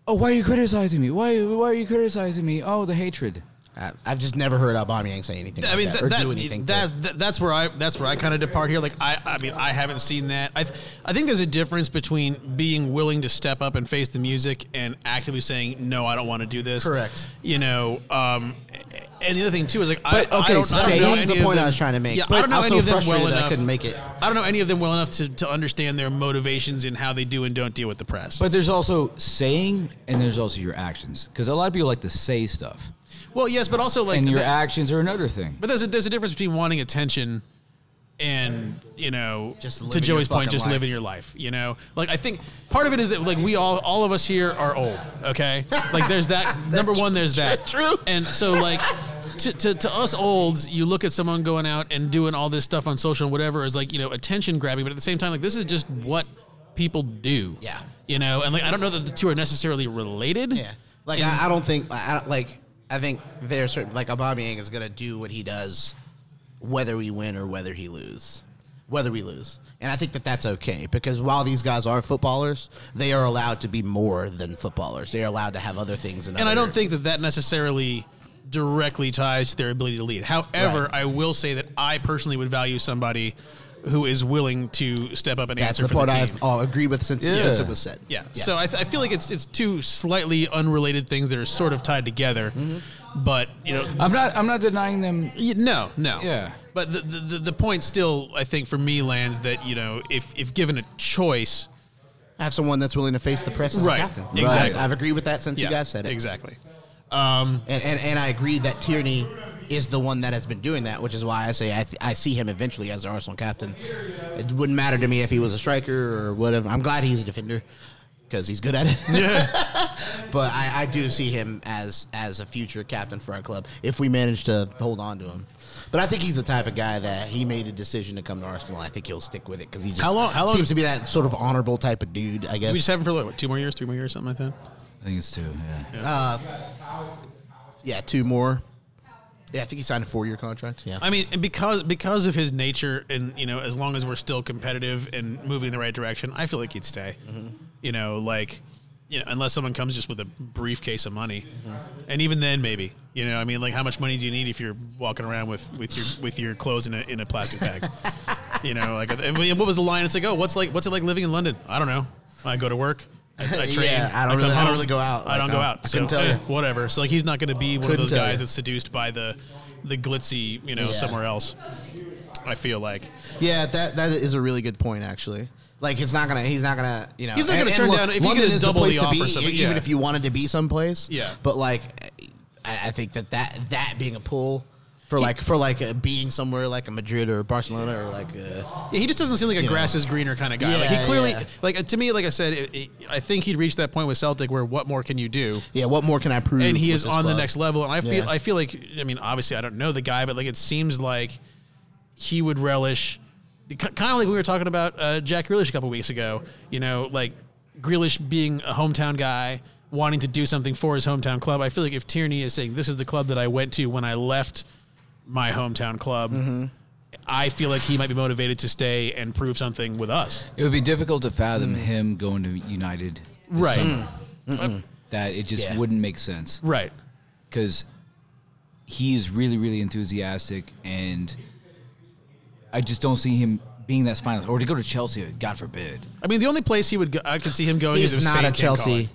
[SPEAKER 2] "Oh, why are you criticizing me? Why why are you criticizing me? Oh, the hatred."
[SPEAKER 3] I, I've just never heard Obama Yang say anything.
[SPEAKER 1] I mean,
[SPEAKER 3] like
[SPEAKER 1] that,
[SPEAKER 3] that,
[SPEAKER 1] that-
[SPEAKER 3] or do anything. to-
[SPEAKER 1] that's that, that's where I that's where I kind of depart here. Like I, I mean, I haven't seen that. I, I think there's a difference between being willing to step up and face the music and actively saying no, I don't want to do this.
[SPEAKER 3] Correct.
[SPEAKER 1] You know, um, and the other thing too is like,
[SPEAKER 2] But,
[SPEAKER 1] I, I
[SPEAKER 2] okay,
[SPEAKER 1] don't, I
[SPEAKER 2] so
[SPEAKER 1] don't know
[SPEAKER 3] that's the
[SPEAKER 1] any of
[SPEAKER 3] point I
[SPEAKER 1] them.
[SPEAKER 3] was trying to make.
[SPEAKER 1] Yeah,
[SPEAKER 3] But
[SPEAKER 1] I don't know
[SPEAKER 3] I'm so
[SPEAKER 1] any of them
[SPEAKER 3] frustrated
[SPEAKER 1] well
[SPEAKER 3] that I
[SPEAKER 1] enough.
[SPEAKER 3] couldn't make it.
[SPEAKER 1] I don't know any of them well enough to, to understand their motivations and how they do and don't deal with the press.
[SPEAKER 2] But there's also saying and there's also your actions cuz a lot of people like to say stuff.
[SPEAKER 1] well, yes, but also like
[SPEAKER 2] And your
[SPEAKER 1] the-
[SPEAKER 2] actions are another thing.
[SPEAKER 1] But there's a, there's a difference between wanting attention and you know
[SPEAKER 3] Just
[SPEAKER 1] to
[SPEAKER 3] living
[SPEAKER 1] Joey's
[SPEAKER 3] your
[SPEAKER 1] point,
[SPEAKER 3] fucking
[SPEAKER 1] just
[SPEAKER 3] life.
[SPEAKER 1] living your life. You know, like I think part of it is that like we all all of us here are old. Okay, like there's that number one. There's that
[SPEAKER 3] true.
[SPEAKER 1] And so like. To, to, to us olds, you look at someone going out and doing all this stuff on social and whatever is like, you know, attention grabbing. But at the same time, like, this is just what people do.
[SPEAKER 3] Yeah.
[SPEAKER 1] You know, and like, I don't know that the two are necessarily related.
[SPEAKER 3] Yeah, like I, I don't think I, I- like I think there's certain like Aubameyang is gonna do what he does, whether we win or whether he lose, whether we lose, and I think that that's okay because while these guys are footballers, they are allowed to be more than footballers. They are allowed to have other things,
[SPEAKER 1] And I
[SPEAKER 3] other-
[SPEAKER 1] don't think that that necessarily directly ties to their ability to lead. However,
[SPEAKER 3] Right.
[SPEAKER 1] I will say that I personally would value somebody who is willing to step up and
[SPEAKER 3] that's
[SPEAKER 1] answer
[SPEAKER 3] the
[SPEAKER 1] for
[SPEAKER 3] part
[SPEAKER 1] the team.
[SPEAKER 3] I've oh, agreed with since,
[SPEAKER 2] Yeah.
[SPEAKER 3] since it was said.
[SPEAKER 1] yeah. So I, th- I feel like it's it's two slightly unrelated things that are sort of tied together,
[SPEAKER 3] Mm-hmm.
[SPEAKER 1] but you know,
[SPEAKER 3] Uh,
[SPEAKER 2] I'm not I'm not denying them
[SPEAKER 1] y- no, no,
[SPEAKER 2] Yeah.
[SPEAKER 1] But the, the the- the point still, I think, for me lands that you know, if if given a choice,
[SPEAKER 3] I have someone that's willing to face the press as
[SPEAKER 1] Right.
[SPEAKER 3] a captain.
[SPEAKER 1] Exactly.
[SPEAKER 3] I've agreed with that since
[SPEAKER 1] yeah,
[SPEAKER 3] you guys said it.
[SPEAKER 1] exactly.
[SPEAKER 3] And, and and I agree that Tierney is the one that has been doing that, which is why I say I, th- I see him eventually as the Arsenal captain. It wouldn't matter to me if he was a striker or whatever. I'm glad he's a defender because he's good at it. but I, I do see him as as a future captain for our club if we manage to hold on to him. But I think he's the type of guy that he made a decision to come to Arsenal. I think he'll stick with it because he just
[SPEAKER 1] How long- how long-
[SPEAKER 3] seems to be that sort of honorable type of dude. I guess.
[SPEAKER 1] We just have him for like what, two more years, three more years, something like that.
[SPEAKER 2] I think it's two. Yeah.
[SPEAKER 3] yeah, two more. Yeah, I think he signed a four year contract. Yeah.
[SPEAKER 1] I mean, and because because of his nature, and you know, as long
[SPEAKER 3] Mm-hmm.
[SPEAKER 1] as we're still competitive and moving in the right direction, I feel like he'd stay. You know, like you know, unless someone comes just with a briefcase of money,
[SPEAKER 3] Mm-hmm.
[SPEAKER 1] and even then, maybe you know, I mean, like, how much money do you need if you're walking around with with your with your clothes in a in a plastic bag? you know, like, uh, and what was the line? It's like, oh, what's like what's it like living in London? I don't know. I go to work. I, I train.
[SPEAKER 3] Yeah, I don't
[SPEAKER 1] come
[SPEAKER 3] really- I don't
[SPEAKER 1] home.
[SPEAKER 3] really go out.
[SPEAKER 1] I don't
[SPEAKER 3] Like,
[SPEAKER 1] go
[SPEAKER 3] I-
[SPEAKER 1] out.
[SPEAKER 3] I
[SPEAKER 1] so,
[SPEAKER 3] couldn't tell
[SPEAKER 1] eh,
[SPEAKER 3] you.
[SPEAKER 1] whatever. So like, he's not going to be one of
[SPEAKER 3] Couldn't
[SPEAKER 1] those
[SPEAKER 3] tell
[SPEAKER 1] guys
[SPEAKER 3] you.
[SPEAKER 1] that's seduced by the the glitzy, you know,
[SPEAKER 3] Yeah.
[SPEAKER 1] somewhere else. I feel like
[SPEAKER 3] Yeah, that that is a really good point actually. Like it's not gonna, he's not gonna, you know,
[SPEAKER 1] He's not gonna turn down- if he
[SPEAKER 3] London
[SPEAKER 1] could
[SPEAKER 3] is
[SPEAKER 1] double
[SPEAKER 3] place
[SPEAKER 1] the
[SPEAKER 3] to be,
[SPEAKER 1] offer, so-
[SPEAKER 3] e- even
[SPEAKER 1] yeah.
[SPEAKER 3] if you wanted to be someplace.
[SPEAKER 1] Yeah.
[SPEAKER 3] but like, I, I think that that that being a pull for like for like uh, being somewhere like a Madrid or Barcelona or like uh,
[SPEAKER 1] Yeah, he just doesn't seem like a
[SPEAKER 3] You
[SPEAKER 1] grass
[SPEAKER 3] know.
[SPEAKER 1] is greener kind of guy. like he
[SPEAKER 3] Yeah,
[SPEAKER 1] clearly,
[SPEAKER 3] yeah.
[SPEAKER 1] like uh, to me, like I said, it, it, I think he'd reached that point with Celtic where what more can you do?
[SPEAKER 3] yeah, what more can I prove?
[SPEAKER 1] And he
[SPEAKER 3] with
[SPEAKER 1] is
[SPEAKER 3] this
[SPEAKER 1] on the
[SPEAKER 3] club?
[SPEAKER 1] next level. And I feel,
[SPEAKER 3] Yeah.
[SPEAKER 1] I feel like, I mean, obviously, I don't know the guy, but like it seems like he would relish, kind of like we were talking about uh, Jack Grealish a couple weeks ago. You know, like Grealish being a hometown guy. Wanting to do something for his hometown club, I feel like if Tierney is saying, "This is the club that I went to when I left my hometown club,"
[SPEAKER 3] Mm-hmm.
[SPEAKER 1] I feel like he might be motivated to stay and prove something with us.
[SPEAKER 2] It would be difficult to fathom him going to United, this
[SPEAKER 1] Right.
[SPEAKER 3] Mm.
[SPEAKER 2] summer. That it just
[SPEAKER 3] Yeah.
[SPEAKER 2] wouldn't make sense
[SPEAKER 1] Right.
[SPEAKER 2] because he is really, really enthusiastic, and I just don't see him being that spineless. Or to go to Chelsea, God forbid.
[SPEAKER 1] I mean, the only place he would go, I could see him going
[SPEAKER 3] He's
[SPEAKER 1] is if
[SPEAKER 3] not
[SPEAKER 1] Spain
[SPEAKER 3] a
[SPEAKER 1] can't call
[SPEAKER 3] Chelsea.
[SPEAKER 1] it.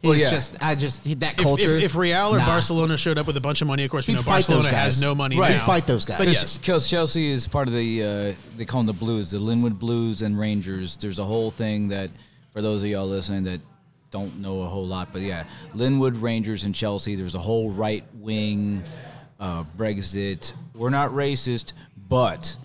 [SPEAKER 3] He's
[SPEAKER 2] Well, yeah.
[SPEAKER 3] just I just he, that
[SPEAKER 1] If,
[SPEAKER 3] culture.
[SPEAKER 1] if, if Real or
[SPEAKER 3] nah.
[SPEAKER 1] Barcelona showed up with a bunch of money, of course, we
[SPEAKER 3] He'd
[SPEAKER 1] know
[SPEAKER 3] fight those
[SPEAKER 1] Barcelona has
[SPEAKER 3] guys.
[SPEAKER 1] no money
[SPEAKER 2] Right.
[SPEAKER 1] now.
[SPEAKER 2] He'd
[SPEAKER 3] fight those guys.
[SPEAKER 1] But
[SPEAKER 3] He's-
[SPEAKER 1] yes,
[SPEAKER 2] Because Chelsea is part of the uh, they call them the Blues, the Linwood Blues and Rangers. There's a whole thing that for those of y'all listening that don't know a whole lot, but yeah, Linwood Rangers and Chelsea. There's a whole right wing uh, Brexit. We're not racist, but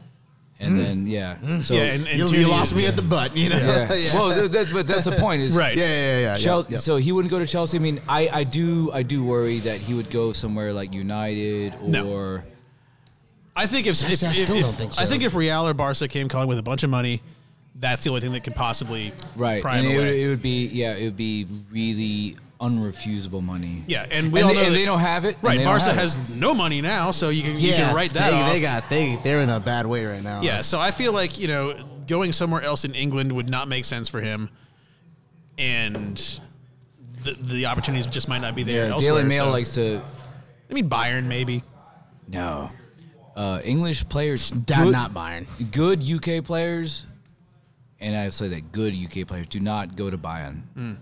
[SPEAKER 2] and then yeah, so
[SPEAKER 1] Mm. yeah, and, and
[SPEAKER 3] you, you
[SPEAKER 1] Tierney-
[SPEAKER 3] lost me at the butt, you know.
[SPEAKER 2] yeah.
[SPEAKER 3] Yeah.
[SPEAKER 2] Well, th- that's, but that's the point is
[SPEAKER 1] Right.
[SPEAKER 3] Yeah, yeah, yeah, yeah.
[SPEAKER 2] Chel-
[SPEAKER 3] yeah.
[SPEAKER 2] So he wouldn't go to Chelsea. I mean, I, I do I do worry that he would go somewhere like United or.
[SPEAKER 1] No. I think if, if,
[SPEAKER 3] I
[SPEAKER 1] if,
[SPEAKER 3] still
[SPEAKER 1] if-
[SPEAKER 3] don't think
[SPEAKER 1] I
[SPEAKER 3] so.
[SPEAKER 1] think if Real or Barca came calling with a bunch of money, that's the only thing that could possibly
[SPEAKER 2] Right,
[SPEAKER 1] prime
[SPEAKER 2] and it would,
[SPEAKER 1] away.
[SPEAKER 2] it would be yeah, it would be really unrefusable money.
[SPEAKER 1] yeah, and we all
[SPEAKER 2] they,
[SPEAKER 1] know that-
[SPEAKER 2] they don't have it. and
[SPEAKER 1] Right,
[SPEAKER 2] they don't
[SPEAKER 1] Barca
[SPEAKER 2] have it.
[SPEAKER 1] has no money now, so you can you
[SPEAKER 3] Yeah,
[SPEAKER 1] can write that
[SPEAKER 3] they,
[SPEAKER 1] off.
[SPEAKER 3] They got they they're in a bad way right now.
[SPEAKER 1] Yeah, so I feel like you know going somewhere else in England would not make sense for him, and the the opportunities just might not be there.
[SPEAKER 2] Yeah,
[SPEAKER 1] elsewhere,
[SPEAKER 2] Daily Mail
[SPEAKER 1] so-
[SPEAKER 2] likes to
[SPEAKER 1] I mean, Bayern maybe.
[SPEAKER 2] no. Uh, English players,
[SPEAKER 3] Dad,
[SPEAKER 2] good,
[SPEAKER 3] not Bayern.
[SPEAKER 2] good UK players, and I say that good UK players do not go to Bayern.
[SPEAKER 1] Mm.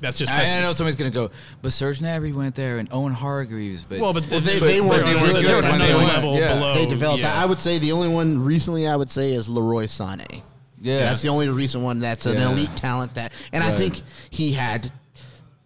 [SPEAKER 1] That's just
[SPEAKER 2] I, I know somebody's gonna go, but Serge Gnabry went there and Owen Hargreaves, but
[SPEAKER 1] well, but
[SPEAKER 3] they- they weren't
[SPEAKER 1] they were
[SPEAKER 3] good
[SPEAKER 1] good
[SPEAKER 3] when
[SPEAKER 1] on
[SPEAKER 3] they
[SPEAKER 1] another
[SPEAKER 3] went.
[SPEAKER 1] level
[SPEAKER 2] Oh, Yeah.
[SPEAKER 1] below.
[SPEAKER 3] they developed.
[SPEAKER 1] yeah.
[SPEAKER 3] that. I would say the only one recently I would say is Leroy Sané.
[SPEAKER 2] Yeah.
[SPEAKER 3] that's the only recent one that's an
[SPEAKER 2] Yeah.
[SPEAKER 3] elite talent that, and I
[SPEAKER 2] Right.
[SPEAKER 3] think he had.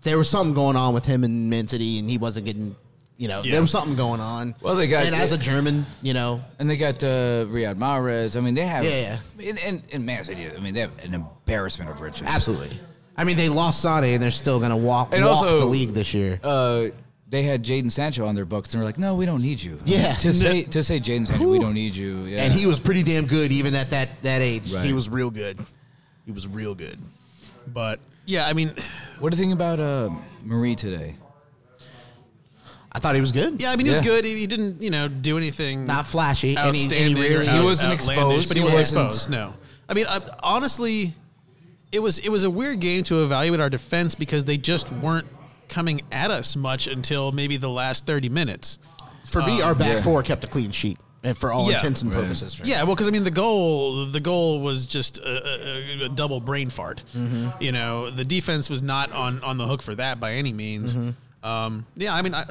[SPEAKER 3] There was something going on with him in Man City, and he wasn't getting. You know,
[SPEAKER 1] Yeah.
[SPEAKER 3] there was something going on.
[SPEAKER 2] Well, they got-
[SPEAKER 3] and as a German, you know,
[SPEAKER 2] And they got uh, Riyad Mahrez. I mean, they have
[SPEAKER 3] Yeah,
[SPEAKER 2] And, and, and Man City. I mean, they have an embarrassment of riches.
[SPEAKER 3] absolutely. I mean, they lost Sané, and they're still going to walk,
[SPEAKER 2] And
[SPEAKER 3] walk
[SPEAKER 2] also-
[SPEAKER 3] the league this year.
[SPEAKER 2] uh, they had Jaden Sancho on their books, and they're like, "No, we don't need you."
[SPEAKER 3] Yeah.
[SPEAKER 2] to say to say Jaden Sancho, we don't need you. Yeah.
[SPEAKER 3] And he was pretty damn good, even at that that age.
[SPEAKER 2] Right.
[SPEAKER 3] He was real good. He was real good.
[SPEAKER 1] but yeah, I mean,
[SPEAKER 2] what do you think about uh, Marie today?
[SPEAKER 3] I thought he was good.
[SPEAKER 1] yeah, I mean, he was
[SPEAKER 2] Yeah.
[SPEAKER 1] good. He, he didn't, you know, do anything
[SPEAKER 3] not flashy. Any, any
[SPEAKER 1] outstanding.
[SPEAKER 3] really,
[SPEAKER 1] or out-
[SPEAKER 2] He wasn't
[SPEAKER 1] outlandish,
[SPEAKER 2] exposed.
[SPEAKER 1] but he,
[SPEAKER 2] He
[SPEAKER 1] wasn't
[SPEAKER 2] wasn't-
[SPEAKER 1] exposed. No, I mean, I, honestly, it was it was a weird game to evaluate our defense because they just weren't coming at us much until maybe the last thirty minutes.
[SPEAKER 3] for me, our back
[SPEAKER 2] Um, yeah.
[SPEAKER 3] four kept a clean sheet, and for all
[SPEAKER 1] Yeah.
[SPEAKER 3] intents and
[SPEAKER 2] Right.
[SPEAKER 3] purposes. right?
[SPEAKER 1] Yeah, well, because I mean, the goal the goal was just a, a, a double brain fart. You know, the defense was not on on the hook for that by any means. Um, yeah, I mean, I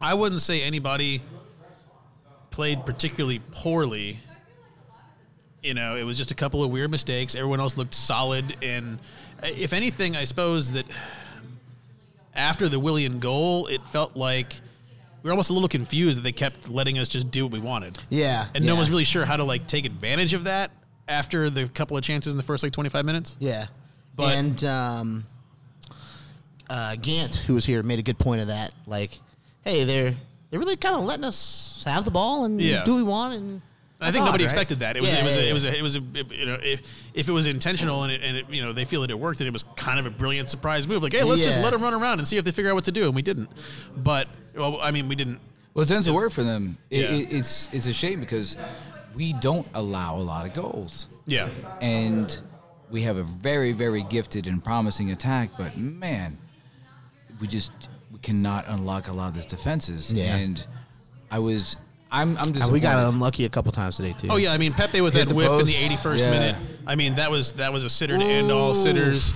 [SPEAKER 1] I wouldn't say anybody played particularly poorly. You know, it was just a couple of weird mistakes. Everyone else looked solid, and uh, if anything, I suppose that after the Willian goal, it felt like we were almost a little confused that they kept letting us just do what we wanted
[SPEAKER 3] yeah,
[SPEAKER 1] and no
[SPEAKER 3] yeah,
[SPEAKER 1] one's really sure how to like take advantage of that after the couple of chances in the first like 25 minutes.
[SPEAKER 3] yeah.
[SPEAKER 1] But-
[SPEAKER 3] and um, uh, Gant, who was here, made a good point of that. Like, hey, they're they're really kind of letting us have the ball and
[SPEAKER 1] Yeah.
[SPEAKER 3] do what we want. And
[SPEAKER 1] I think
[SPEAKER 3] that's
[SPEAKER 1] nobody
[SPEAKER 3] odd, right?
[SPEAKER 1] expected that. It was
[SPEAKER 3] Yeah,
[SPEAKER 1] it was
[SPEAKER 3] yeah,
[SPEAKER 1] a, it
[SPEAKER 3] yeah.
[SPEAKER 1] was a, it was a, you know if if it was intentional and it, and it, you know they feel that it worked then it was kind of a brilliant surprise move like hey let's just
[SPEAKER 3] Yeah.
[SPEAKER 1] let them run around and see if they figure out what to do and we didn't. But well I mean we didn't.
[SPEAKER 2] Well, it tends to work for them. It,
[SPEAKER 1] Yeah.
[SPEAKER 2] it, it's it's a shame because we don't allow a lot of goals,
[SPEAKER 1] Yeah.
[SPEAKER 2] and we have a very, very gifted and promising attack, but man, we just we cannot unlock a lot of those defenses.
[SPEAKER 3] Yeah.
[SPEAKER 2] And I was, I'm, I'm
[SPEAKER 3] And
[SPEAKER 2] disappointed.
[SPEAKER 3] we got unlucky a couple times today too.
[SPEAKER 1] Oh yeah, I mean Pepe with that
[SPEAKER 2] Hit the
[SPEAKER 1] whiff in
[SPEAKER 2] post.
[SPEAKER 1] the 81st
[SPEAKER 2] Yeah.
[SPEAKER 1] minute. I mean that was that was a sitter to end all
[SPEAKER 2] Ooh.
[SPEAKER 1] sitters,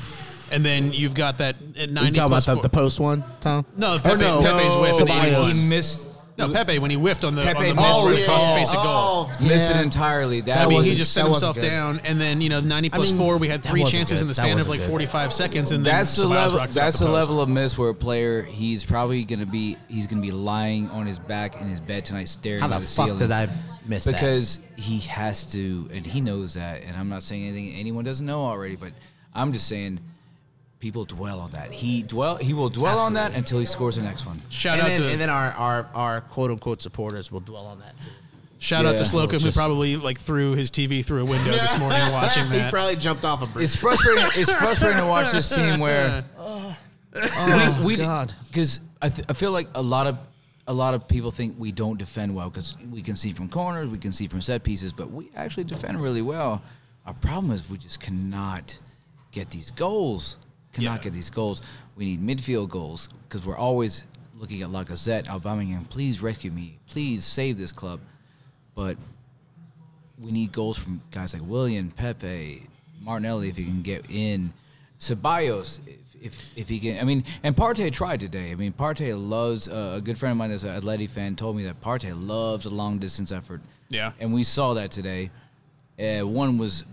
[SPEAKER 1] and then you've got that at 90
[SPEAKER 3] You talking about
[SPEAKER 1] plus
[SPEAKER 3] the,
[SPEAKER 1] four-
[SPEAKER 3] the post one, Tom?
[SPEAKER 1] No,
[SPEAKER 3] Or
[SPEAKER 1] Pepe- Pepe's
[SPEAKER 2] no,
[SPEAKER 1] whiff in
[SPEAKER 3] Ceballos.
[SPEAKER 1] 81.
[SPEAKER 2] he missed.
[SPEAKER 1] no Pepe when he whiffed on the
[SPEAKER 2] Pepe
[SPEAKER 1] on the
[SPEAKER 2] missed
[SPEAKER 1] ball
[SPEAKER 2] it.
[SPEAKER 1] right across
[SPEAKER 3] Oh, yeah.
[SPEAKER 1] the face of goal.
[SPEAKER 3] Oh,
[SPEAKER 2] Missed it
[SPEAKER 3] yeah.
[SPEAKER 2] entirely. That,
[SPEAKER 3] That
[SPEAKER 1] I mean,
[SPEAKER 2] was
[SPEAKER 1] he
[SPEAKER 3] wasn't-
[SPEAKER 1] just
[SPEAKER 3] that
[SPEAKER 1] set himself
[SPEAKER 3] wasn't good.
[SPEAKER 1] down, and then you know, ninety plus
[SPEAKER 3] mean,
[SPEAKER 1] four, we had
[SPEAKER 3] that
[SPEAKER 1] three
[SPEAKER 3] wasn't
[SPEAKER 1] chances
[SPEAKER 3] good.
[SPEAKER 1] in the
[SPEAKER 3] That
[SPEAKER 1] span of
[SPEAKER 3] wasn't
[SPEAKER 1] like
[SPEAKER 3] good.
[SPEAKER 1] forty-five seconds, and then
[SPEAKER 2] that's the
[SPEAKER 1] Ceballos
[SPEAKER 2] level.
[SPEAKER 1] rocks it out
[SPEAKER 2] That's
[SPEAKER 1] the
[SPEAKER 2] the
[SPEAKER 1] post.
[SPEAKER 2] level of miss where a player he's probably gonna be. He's gonna be lying on his back in his bed tonight, staring.
[SPEAKER 3] How the
[SPEAKER 2] at the
[SPEAKER 3] fuck
[SPEAKER 2] ceiling.
[SPEAKER 3] did I miss that?
[SPEAKER 2] because he has to, and he knows that. And I'm not saying anything anyone doesn't know already, but I'm just saying people dwell on that. He dwell. He will dwell on that
[SPEAKER 3] Absolutely.
[SPEAKER 2] until he scores the next one.
[SPEAKER 1] Shout
[SPEAKER 3] and,
[SPEAKER 1] out
[SPEAKER 3] then,
[SPEAKER 1] to
[SPEAKER 3] and then our, our our quote unquote supporters will dwell on that. Too.
[SPEAKER 1] shout out to
[SPEAKER 2] Yeah.
[SPEAKER 1] Slocum, who
[SPEAKER 2] Just-
[SPEAKER 1] probably like threw his TV through a window this morning watching
[SPEAKER 3] he
[SPEAKER 1] that.
[SPEAKER 3] probably jumped off a bridge.
[SPEAKER 2] It's frustrating. it's frustrating to watch this team where we, we
[SPEAKER 3] Oh, God.
[SPEAKER 2] because I, th- I feel like a lot of a lot of people think we don't defend well because we can see from corners, we can see from set pieces, but we actually defend really well. Our problem is we just cannot get these goals. Cannot
[SPEAKER 1] Yeah.
[SPEAKER 2] get these goals. We need midfield goals because we're always looking at Lacazette, Aubameyang. Please rescue me. Please save this club. But we need goals from guys like William, Pepe, Martinelli if he can get in, Ceballos if, if, if he can. I mean, and Partey tried today. I mean, Partey loves uh, a good friend of mine that's an Atleti fan told me that Partey loves a long distance effort.
[SPEAKER 1] Yeah.
[SPEAKER 2] and we saw that today. Uh, one was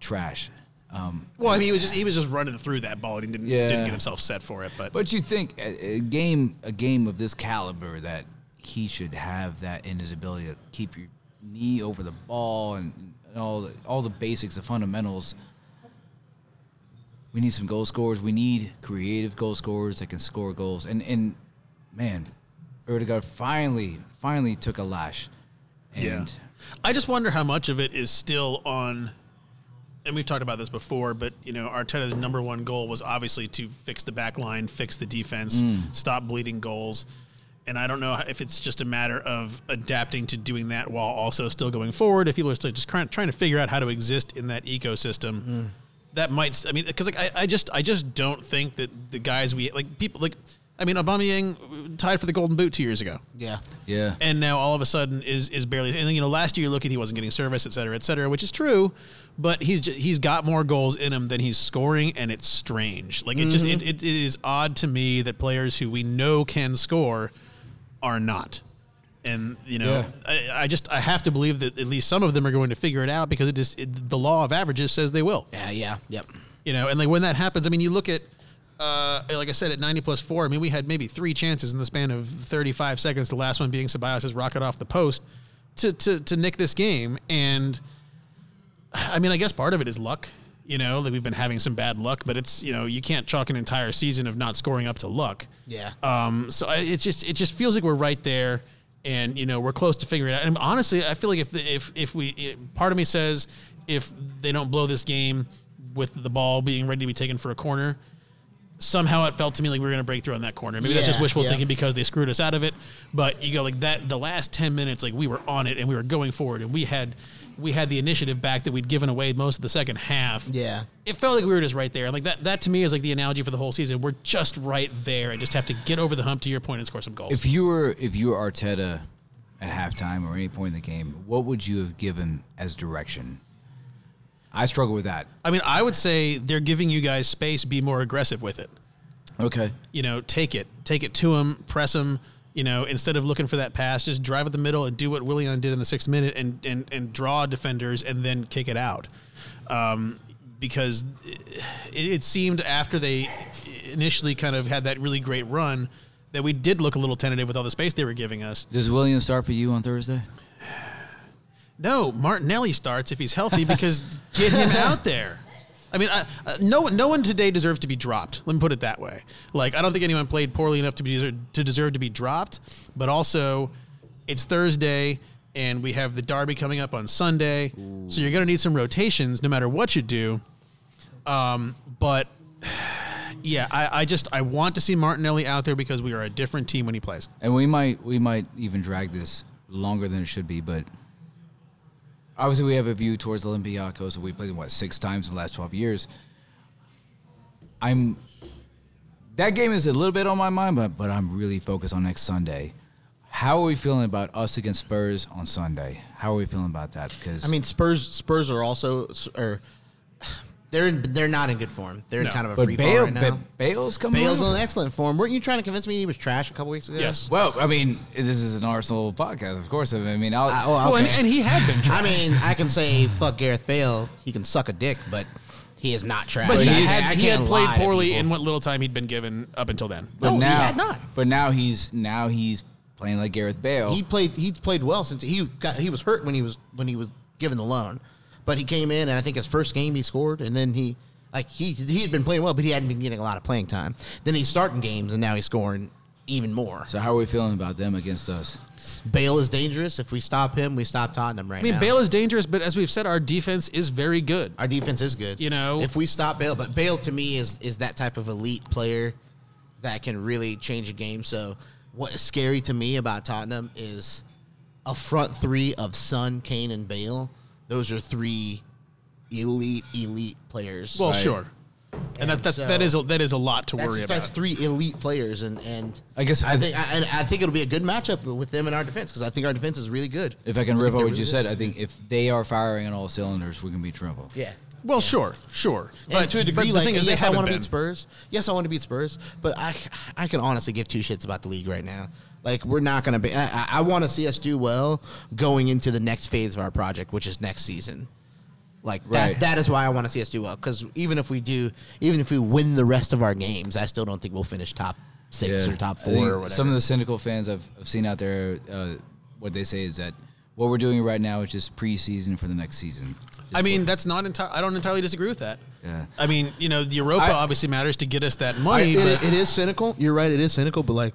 [SPEAKER 2] trash. Um,
[SPEAKER 1] Well, I mean, he was just he was just running through that ball, and he didn't
[SPEAKER 2] Yeah.
[SPEAKER 1] didn't get himself set for it. But,
[SPEAKER 2] but you think a, a game a game of this caliber that he should have that in his ability to keep your knee over the ball and all the, all the basics, the fundamentals. We need some goal scorers. We need creative goal scorers that can score goals. And and man, Erdegaard finally finally took a lash. And
[SPEAKER 1] I just wonder how much of it is still on. And we've talked about this before, but you know, Arteta's number one goal was obviously to fix the back line, fix the defense, stop bleeding goals. And I don't know if it's just a matter of adapting to doing that while also still going forward. If people are still just trying, trying to figure out how to exist in that ecosystem, that might. st- I mean, because like I, I just I just don't think that the guys we like people like. I mean, Aubameyang tied for the Golden Boot two years ago
[SPEAKER 3] yeah.
[SPEAKER 2] yeah.
[SPEAKER 1] and now all of a sudden is is barely. And you know, last year look at he wasn't getting service, et cetera, et cetera, which is true, but he's ju- he's got more goals in him than he's scoring, and it's strange. Like it just it,
[SPEAKER 2] Mm-hmm.
[SPEAKER 1] it, it is odd to me that players who we know can score are not. And you know,
[SPEAKER 2] Yeah.
[SPEAKER 1] I, I just I have to believe that at least some of them are going to figure it out because it just it, the law of averages says they will.
[SPEAKER 3] Yeah. Yeah. Yep.
[SPEAKER 1] You know, and like when that happens, I mean, you look at, uh, like I said, at 90 plus four, I mean, we had maybe three chances in the span of 35 seconds, the last one being Ceballos' rocket off the post to, to, to nick this game. And I mean, I guess part of it is luck. You know, like we've been having some bad luck, but it's, you know, you can't chalk an entire season of not scoring up to luck.
[SPEAKER 3] Yeah.
[SPEAKER 1] Um, so I, it just it just feels like we're right there, and you know we're close to figuring it out. And honestly, I feel like if the, if if we it, part of me says if they don't blow this game with the ball being ready to be taken for a corner, somehow it felt to me like we were going to break through on that corner. Maybe that's
[SPEAKER 3] Yeah,
[SPEAKER 1] just wishful
[SPEAKER 3] yeah.
[SPEAKER 1] thinking because they screwed us out of it. But you go like that the last ten minutes, like we were on it and we were going forward, and we had we had the initiative back that we'd given away most of the second half
[SPEAKER 3] Yeah.
[SPEAKER 1] it felt like we were just right there. Like that, that to me is like the analogy for the whole season. We're just right there and just have to get over the hump to your point and score some goals.
[SPEAKER 2] If you were if you were Arteta at halftime or any point in the game, what would you have given as direction? I struggle with that.
[SPEAKER 1] I mean, I would say they're giving you guys space, be more aggressive with it.
[SPEAKER 2] Okay.
[SPEAKER 1] You know, take it, take it to them, press them. You know, instead of looking for that pass, just drive at the middle and do what Willian did in the sixth minute and and and draw defenders and then kick it out. Um, because it, it seemed after they initially kind of had that really great run that we did look a little tentative with all the space they were giving us.
[SPEAKER 2] Does Williams start for you on Thursday?
[SPEAKER 1] No, Martinelli starts if he's healthy because get him out there. I mean, I, uh, no one, no one today deserved to be dropped. Let me put it that way. Like, I don't think anyone played poorly enough to be to deserve to be dropped. But also, it's Thursday, and we have the derby coming up on Sunday, so you're going to need some rotations no matter what you do. Um, but yeah, I, I just I want to see Martinelli out there because we are a different team when he plays.
[SPEAKER 2] And we might we might even drag this longer than it should be, but obviously we have a view towards Olympiacos. We played them what six times in the last twelve years. I'm that game is a little bit on my mind, but but I'm really focused on next Sunday. How are we feeling about us against Spurs on Sunday? How are we feeling about that? Because
[SPEAKER 3] I mean, Spurs Spurs are also or they're in, they're not in good form. They're in
[SPEAKER 1] No.
[SPEAKER 3] kind of a
[SPEAKER 2] but
[SPEAKER 3] free
[SPEAKER 2] Bale,
[SPEAKER 3] fall right now.
[SPEAKER 2] but Hmm. Bale's coming.
[SPEAKER 3] Bale's
[SPEAKER 2] around.
[SPEAKER 3] in excellent form. Weren't you trying to convince me he was trash a couple weeks ago?
[SPEAKER 1] Yes.
[SPEAKER 2] Well, I mean, this is an Arsenal podcast, of course. I mean, I'll,
[SPEAKER 3] Uh, oh,
[SPEAKER 1] Well, and,
[SPEAKER 3] okay.
[SPEAKER 1] and he had been.
[SPEAKER 3] I mean, I can say fuck Gareth Bale. He can suck a dick, but he is not trash.
[SPEAKER 1] But he,
[SPEAKER 3] I
[SPEAKER 1] had,
[SPEAKER 3] can't- I
[SPEAKER 1] he had
[SPEAKER 3] can't
[SPEAKER 1] played
[SPEAKER 3] lie to
[SPEAKER 1] poorly
[SPEAKER 3] people.
[SPEAKER 1] in what little time he'd been given up until then.
[SPEAKER 2] but
[SPEAKER 3] no, he
[SPEAKER 2] now,
[SPEAKER 3] had not.
[SPEAKER 2] but now he's now he's playing like Gareth Bale.
[SPEAKER 3] he played he played well since he got he was hurt when he was when he was given the loan, but he came in and I think his first game he scored and then he like he he had been playing well but he hadn't been getting a lot of playing time. Then he's starting games and now he's scoring even more.
[SPEAKER 2] so how are we feeling about them against us?
[SPEAKER 3] Bale is dangerous. If we stop him, we stop Tottenham right
[SPEAKER 1] I mean,
[SPEAKER 3] now.
[SPEAKER 1] Bale is dangerous, but as we've said, our defense is very good.
[SPEAKER 3] our defense is good.
[SPEAKER 1] You know?
[SPEAKER 3] if we stop Bale, but Bale to me is is that type of elite player that can really change a game. So what is scary to me about Tottenham is a front three of Son, Kane, and Bale. Those are three elite, elite players.
[SPEAKER 1] Well,
[SPEAKER 2] Right.
[SPEAKER 1] sure, and that,
[SPEAKER 3] And
[SPEAKER 1] that's
[SPEAKER 3] so-
[SPEAKER 1] that is a, that is a lot to
[SPEAKER 3] that's,
[SPEAKER 1] worry
[SPEAKER 3] that's
[SPEAKER 1] about.
[SPEAKER 3] three elite players, and and
[SPEAKER 2] I guess
[SPEAKER 3] I
[SPEAKER 2] I-
[SPEAKER 3] think I, and I think it'll be a good matchup with them and our defense because I think our defense is really good.
[SPEAKER 2] If I can riff
[SPEAKER 3] they're
[SPEAKER 2] off what
[SPEAKER 3] really
[SPEAKER 2] you
[SPEAKER 3] good.
[SPEAKER 2] said, I think if they are firing on all cylinders, we're gonna be trouble.
[SPEAKER 3] Yeah.
[SPEAKER 1] well, sure, sure,
[SPEAKER 3] And to a degree,
[SPEAKER 1] the
[SPEAKER 3] like
[SPEAKER 1] thing is, they
[SPEAKER 3] yes, I
[SPEAKER 1] haven't
[SPEAKER 3] want to
[SPEAKER 1] been.
[SPEAKER 3] beat Spurs. Yes, I want to beat Spurs, but I I can honestly give two shits about the league right now. Like we're not gonna be. I, I- I want to see us do well going into the next phase of our project, which is next season. Like
[SPEAKER 2] Right.
[SPEAKER 3] that, that is why I want to see us do well. Because even if we do, even if we win the rest of our games, I still don't think we'll finish top six or top
[SPEAKER 2] I
[SPEAKER 3] four
[SPEAKER 2] think
[SPEAKER 3] or whatever.
[SPEAKER 2] Some of the cynical fans I've, I've seen out there, uh, what they say is that what we're doing right now is just preseason for the next season.
[SPEAKER 1] I mean, that's not entire. I don't entirely disagree with that.
[SPEAKER 2] Yeah.
[SPEAKER 1] I mean, you know, the Europa
[SPEAKER 2] I-
[SPEAKER 1] obviously matters to get us that money.
[SPEAKER 3] It-
[SPEAKER 1] but
[SPEAKER 3] it- it is cynical. You're right. It is cynical, but like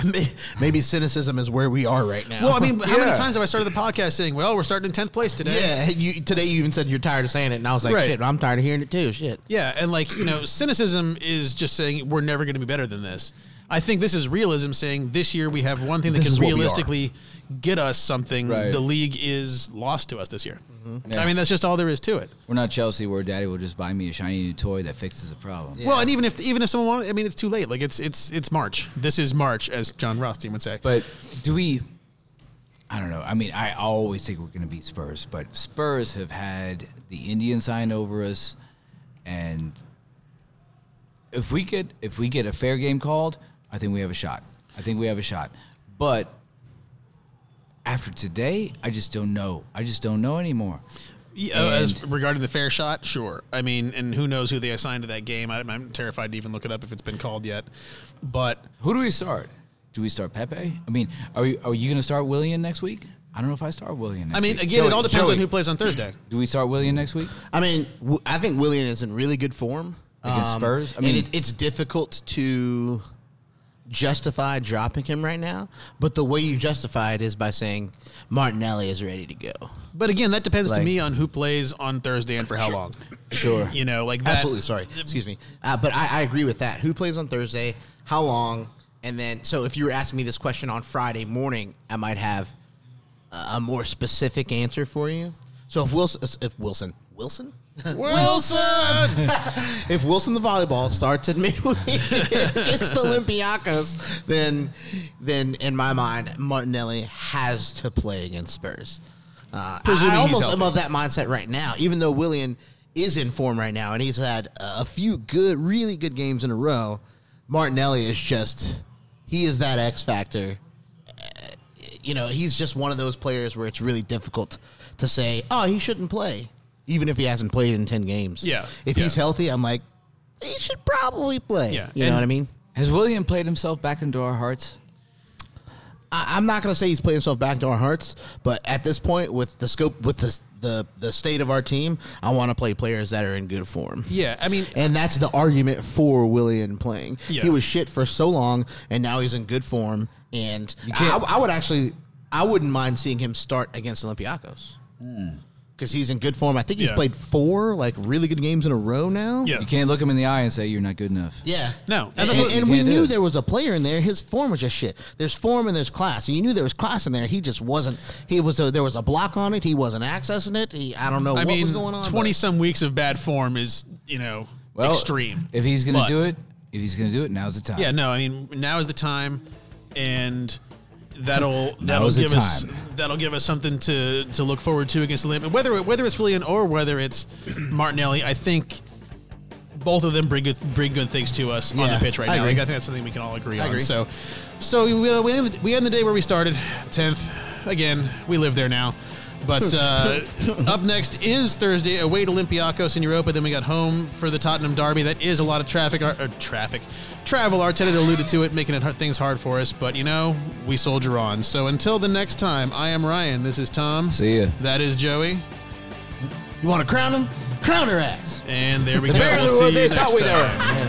[SPEAKER 3] may- maybe cynicism is where we are right now.
[SPEAKER 1] well, I mean, how
[SPEAKER 2] Yeah.
[SPEAKER 1] many times have I started the podcast saying, "Well, we're starting in tenth place today"?
[SPEAKER 3] Yeah, you, today you even said you're tired of saying it, and I was like,
[SPEAKER 1] Right.
[SPEAKER 3] shit, I'm tired of hearing it too. Shit.
[SPEAKER 1] Yeah, and like you know, cynicism is just saying we're never going to be better than this. I think this is realism saying this year we have one thing that
[SPEAKER 3] This is
[SPEAKER 1] can
[SPEAKER 3] what we are.
[SPEAKER 1] realistically get us something.
[SPEAKER 2] Right. Mm-hmm.
[SPEAKER 1] The league is lost to us this year.
[SPEAKER 2] Yeah.
[SPEAKER 1] I mean, that's just all there is to it.
[SPEAKER 2] we're not Chelsea where daddy will just buy me a shiny new toy that fixes a problem.
[SPEAKER 1] Well, and even if even if someone wanted, I mean, it's too late. Like it's it's it's March. This is March, as John Rothstein would say.
[SPEAKER 2] But do we? I don't know. I mean, I always think we're going to beat Spurs, but Spurs have had the Indian sign over us, and if we get if we get a fair game called, I think we have a shot. I think we have a shot. But after today, I just don't know. I just don't know anymore.
[SPEAKER 1] Yeah, uh, as
[SPEAKER 2] And-
[SPEAKER 1] regarding the fair shot, sure. I mean, and who knows who they assigned to that game? I, I'm terrified to even look it up if it's been called yet. But
[SPEAKER 2] Who do we start? Do we start Pepe? I mean, are you are you going to start Willian next week? I don't know if I start Willian. Next
[SPEAKER 1] I mean,
[SPEAKER 2] week.
[SPEAKER 1] again, it
[SPEAKER 2] Joey-
[SPEAKER 1] all depends on
[SPEAKER 2] Joey,
[SPEAKER 1] who plays on Thursday.
[SPEAKER 2] Do we start Willian next week?
[SPEAKER 3] I mean, w- I think Willian is in really good form
[SPEAKER 2] Against Spurs? I
[SPEAKER 3] I mean,
[SPEAKER 2] mean-
[SPEAKER 3] it, it's difficult to justify dropping him right now, but the way you justify it is by saying Martinelli is ready to go.
[SPEAKER 1] But again, that depends to
[SPEAKER 3] Like-
[SPEAKER 1] me on who plays on Thursday and for how long.
[SPEAKER 2] Sure.
[SPEAKER 1] You know, like that.
[SPEAKER 3] Absolutely, sorry, excuse me, uh, but I, I agree with that. Who plays on Thursday? How long? And then, so if you were asking me this question on Friday morning, I might have a a more specific answer for you. So if Wilson, if Wilson, Wilson,
[SPEAKER 1] Wilson.
[SPEAKER 3] if Wilson the volleyball starts at midweek against Olympiacos, then then in my mind Martinelli has to play against Spurs. Uh,
[SPEAKER 1] Presuming
[SPEAKER 3] I
[SPEAKER 1] he's
[SPEAKER 3] almost
[SPEAKER 1] healthy.
[SPEAKER 3] am of that mindset right now, even though Willian is in form right now and he's had a a few good, really good games in a row. Martinelli is just he is that X factor you know, he's just one of those players where it's really difficult to say, oh, he shouldn't play, even if he hasn't played in 10 games.
[SPEAKER 1] Yeah,
[SPEAKER 3] If he's
[SPEAKER 1] yeah.
[SPEAKER 3] healthy, I'm like, he should probably play.
[SPEAKER 1] Yeah,
[SPEAKER 3] You
[SPEAKER 1] and-
[SPEAKER 3] know what I mean?
[SPEAKER 2] Has William played himself back into our hearts?
[SPEAKER 3] I, I'm not going to say he's playing himself back to our hearts, but at this point, with the scope, with the, the, the state of our team, I want to play players that are in good form.
[SPEAKER 1] yeah, I mean,
[SPEAKER 3] And that's the argument for Willian playing.
[SPEAKER 1] Yeah.
[SPEAKER 3] He was shit for so long, and now he's in good form. And I,
[SPEAKER 2] can't-
[SPEAKER 3] I would actually, I wouldn't mind seeing him start against Olympiacos. because he's in good form. I think he's
[SPEAKER 1] Hmm. Yeah.
[SPEAKER 3] played four like really good games in a row now.
[SPEAKER 1] Yeah.
[SPEAKER 2] You can't look him in the eye and say you're not good enough.
[SPEAKER 3] Yeah.
[SPEAKER 1] No,
[SPEAKER 3] And,
[SPEAKER 1] and
[SPEAKER 3] and,
[SPEAKER 1] that's
[SPEAKER 2] what-
[SPEAKER 3] and
[SPEAKER 2] You
[SPEAKER 3] we
[SPEAKER 2] can't do
[SPEAKER 3] knew
[SPEAKER 2] it.
[SPEAKER 3] there was a player in there. His form was just shit. There's form and there's class. And you knew there was class in there. He just wasn't. He was. A, there was a block on it. He wasn't accessing it. He, I don't know
[SPEAKER 1] I
[SPEAKER 3] what
[SPEAKER 1] mean,
[SPEAKER 3] was going on. but-
[SPEAKER 1] twenty some weeks of bad form is you know
[SPEAKER 2] Well,
[SPEAKER 1] extreme.
[SPEAKER 2] If he's gonna
[SPEAKER 1] But-
[SPEAKER 2] do it, if he's gonna do it, now's the time.
[SPEAKER 1] yeah, no, I mean now is the time, and that'll
[SPEAKER 2] Now
[SPEAKER 1] that'll
[SPEAKER 2] is the
[SPEAKER 1] give us
[SPEAKER 2] time.
[SPEAKER 1] that'll give us something to to look forward to against Lamb. Whether it- whether it's William or whether it's Martinelli, I think. Both of them bring good, bring good things to us on
[SPEAKER 3] Yeah,
[SPEAKER 1] the pitch right
[SPEAKER 3] I
[SPEAKER 1] now.
[SPEAKER 3] agree.
[SPEAKER 1] Like, I think that's something we can all agree on.
[SPEAKER 3] agree.
[SPEAKER 1] So, so we, we, we, end the, we end the day where we started, tenth. Again, we live there now. But uh, up next is Thursday, away to Olympiacos in Europa. Then we got home for the Tottenham derby. That is a lot of traffic. Or, or traffic, travel. Arteta alluded to it, making it hard, things hard for us. But you know, we soldier on. So until the next time, I am Ryan. This is Tom.
[SPEAKER 2] See ya.
[SPEAKER 1] That is Joey.
[SPEAKER 3] you want to crown him? Crown her ass.
[SPEAKER 1] And there we go.
[SPEAKER 2] Apparently
[SPEAKER 1] We'll
[SPEAKER 2] what
[SPEAKER 1] see
[SPEAKER 2] they
[SPEAKER 1] you
[SPEAKER 2] thought
[SPEAKER 1] next
[SPEAKER 2] we were.
[SPEAKER 1] time.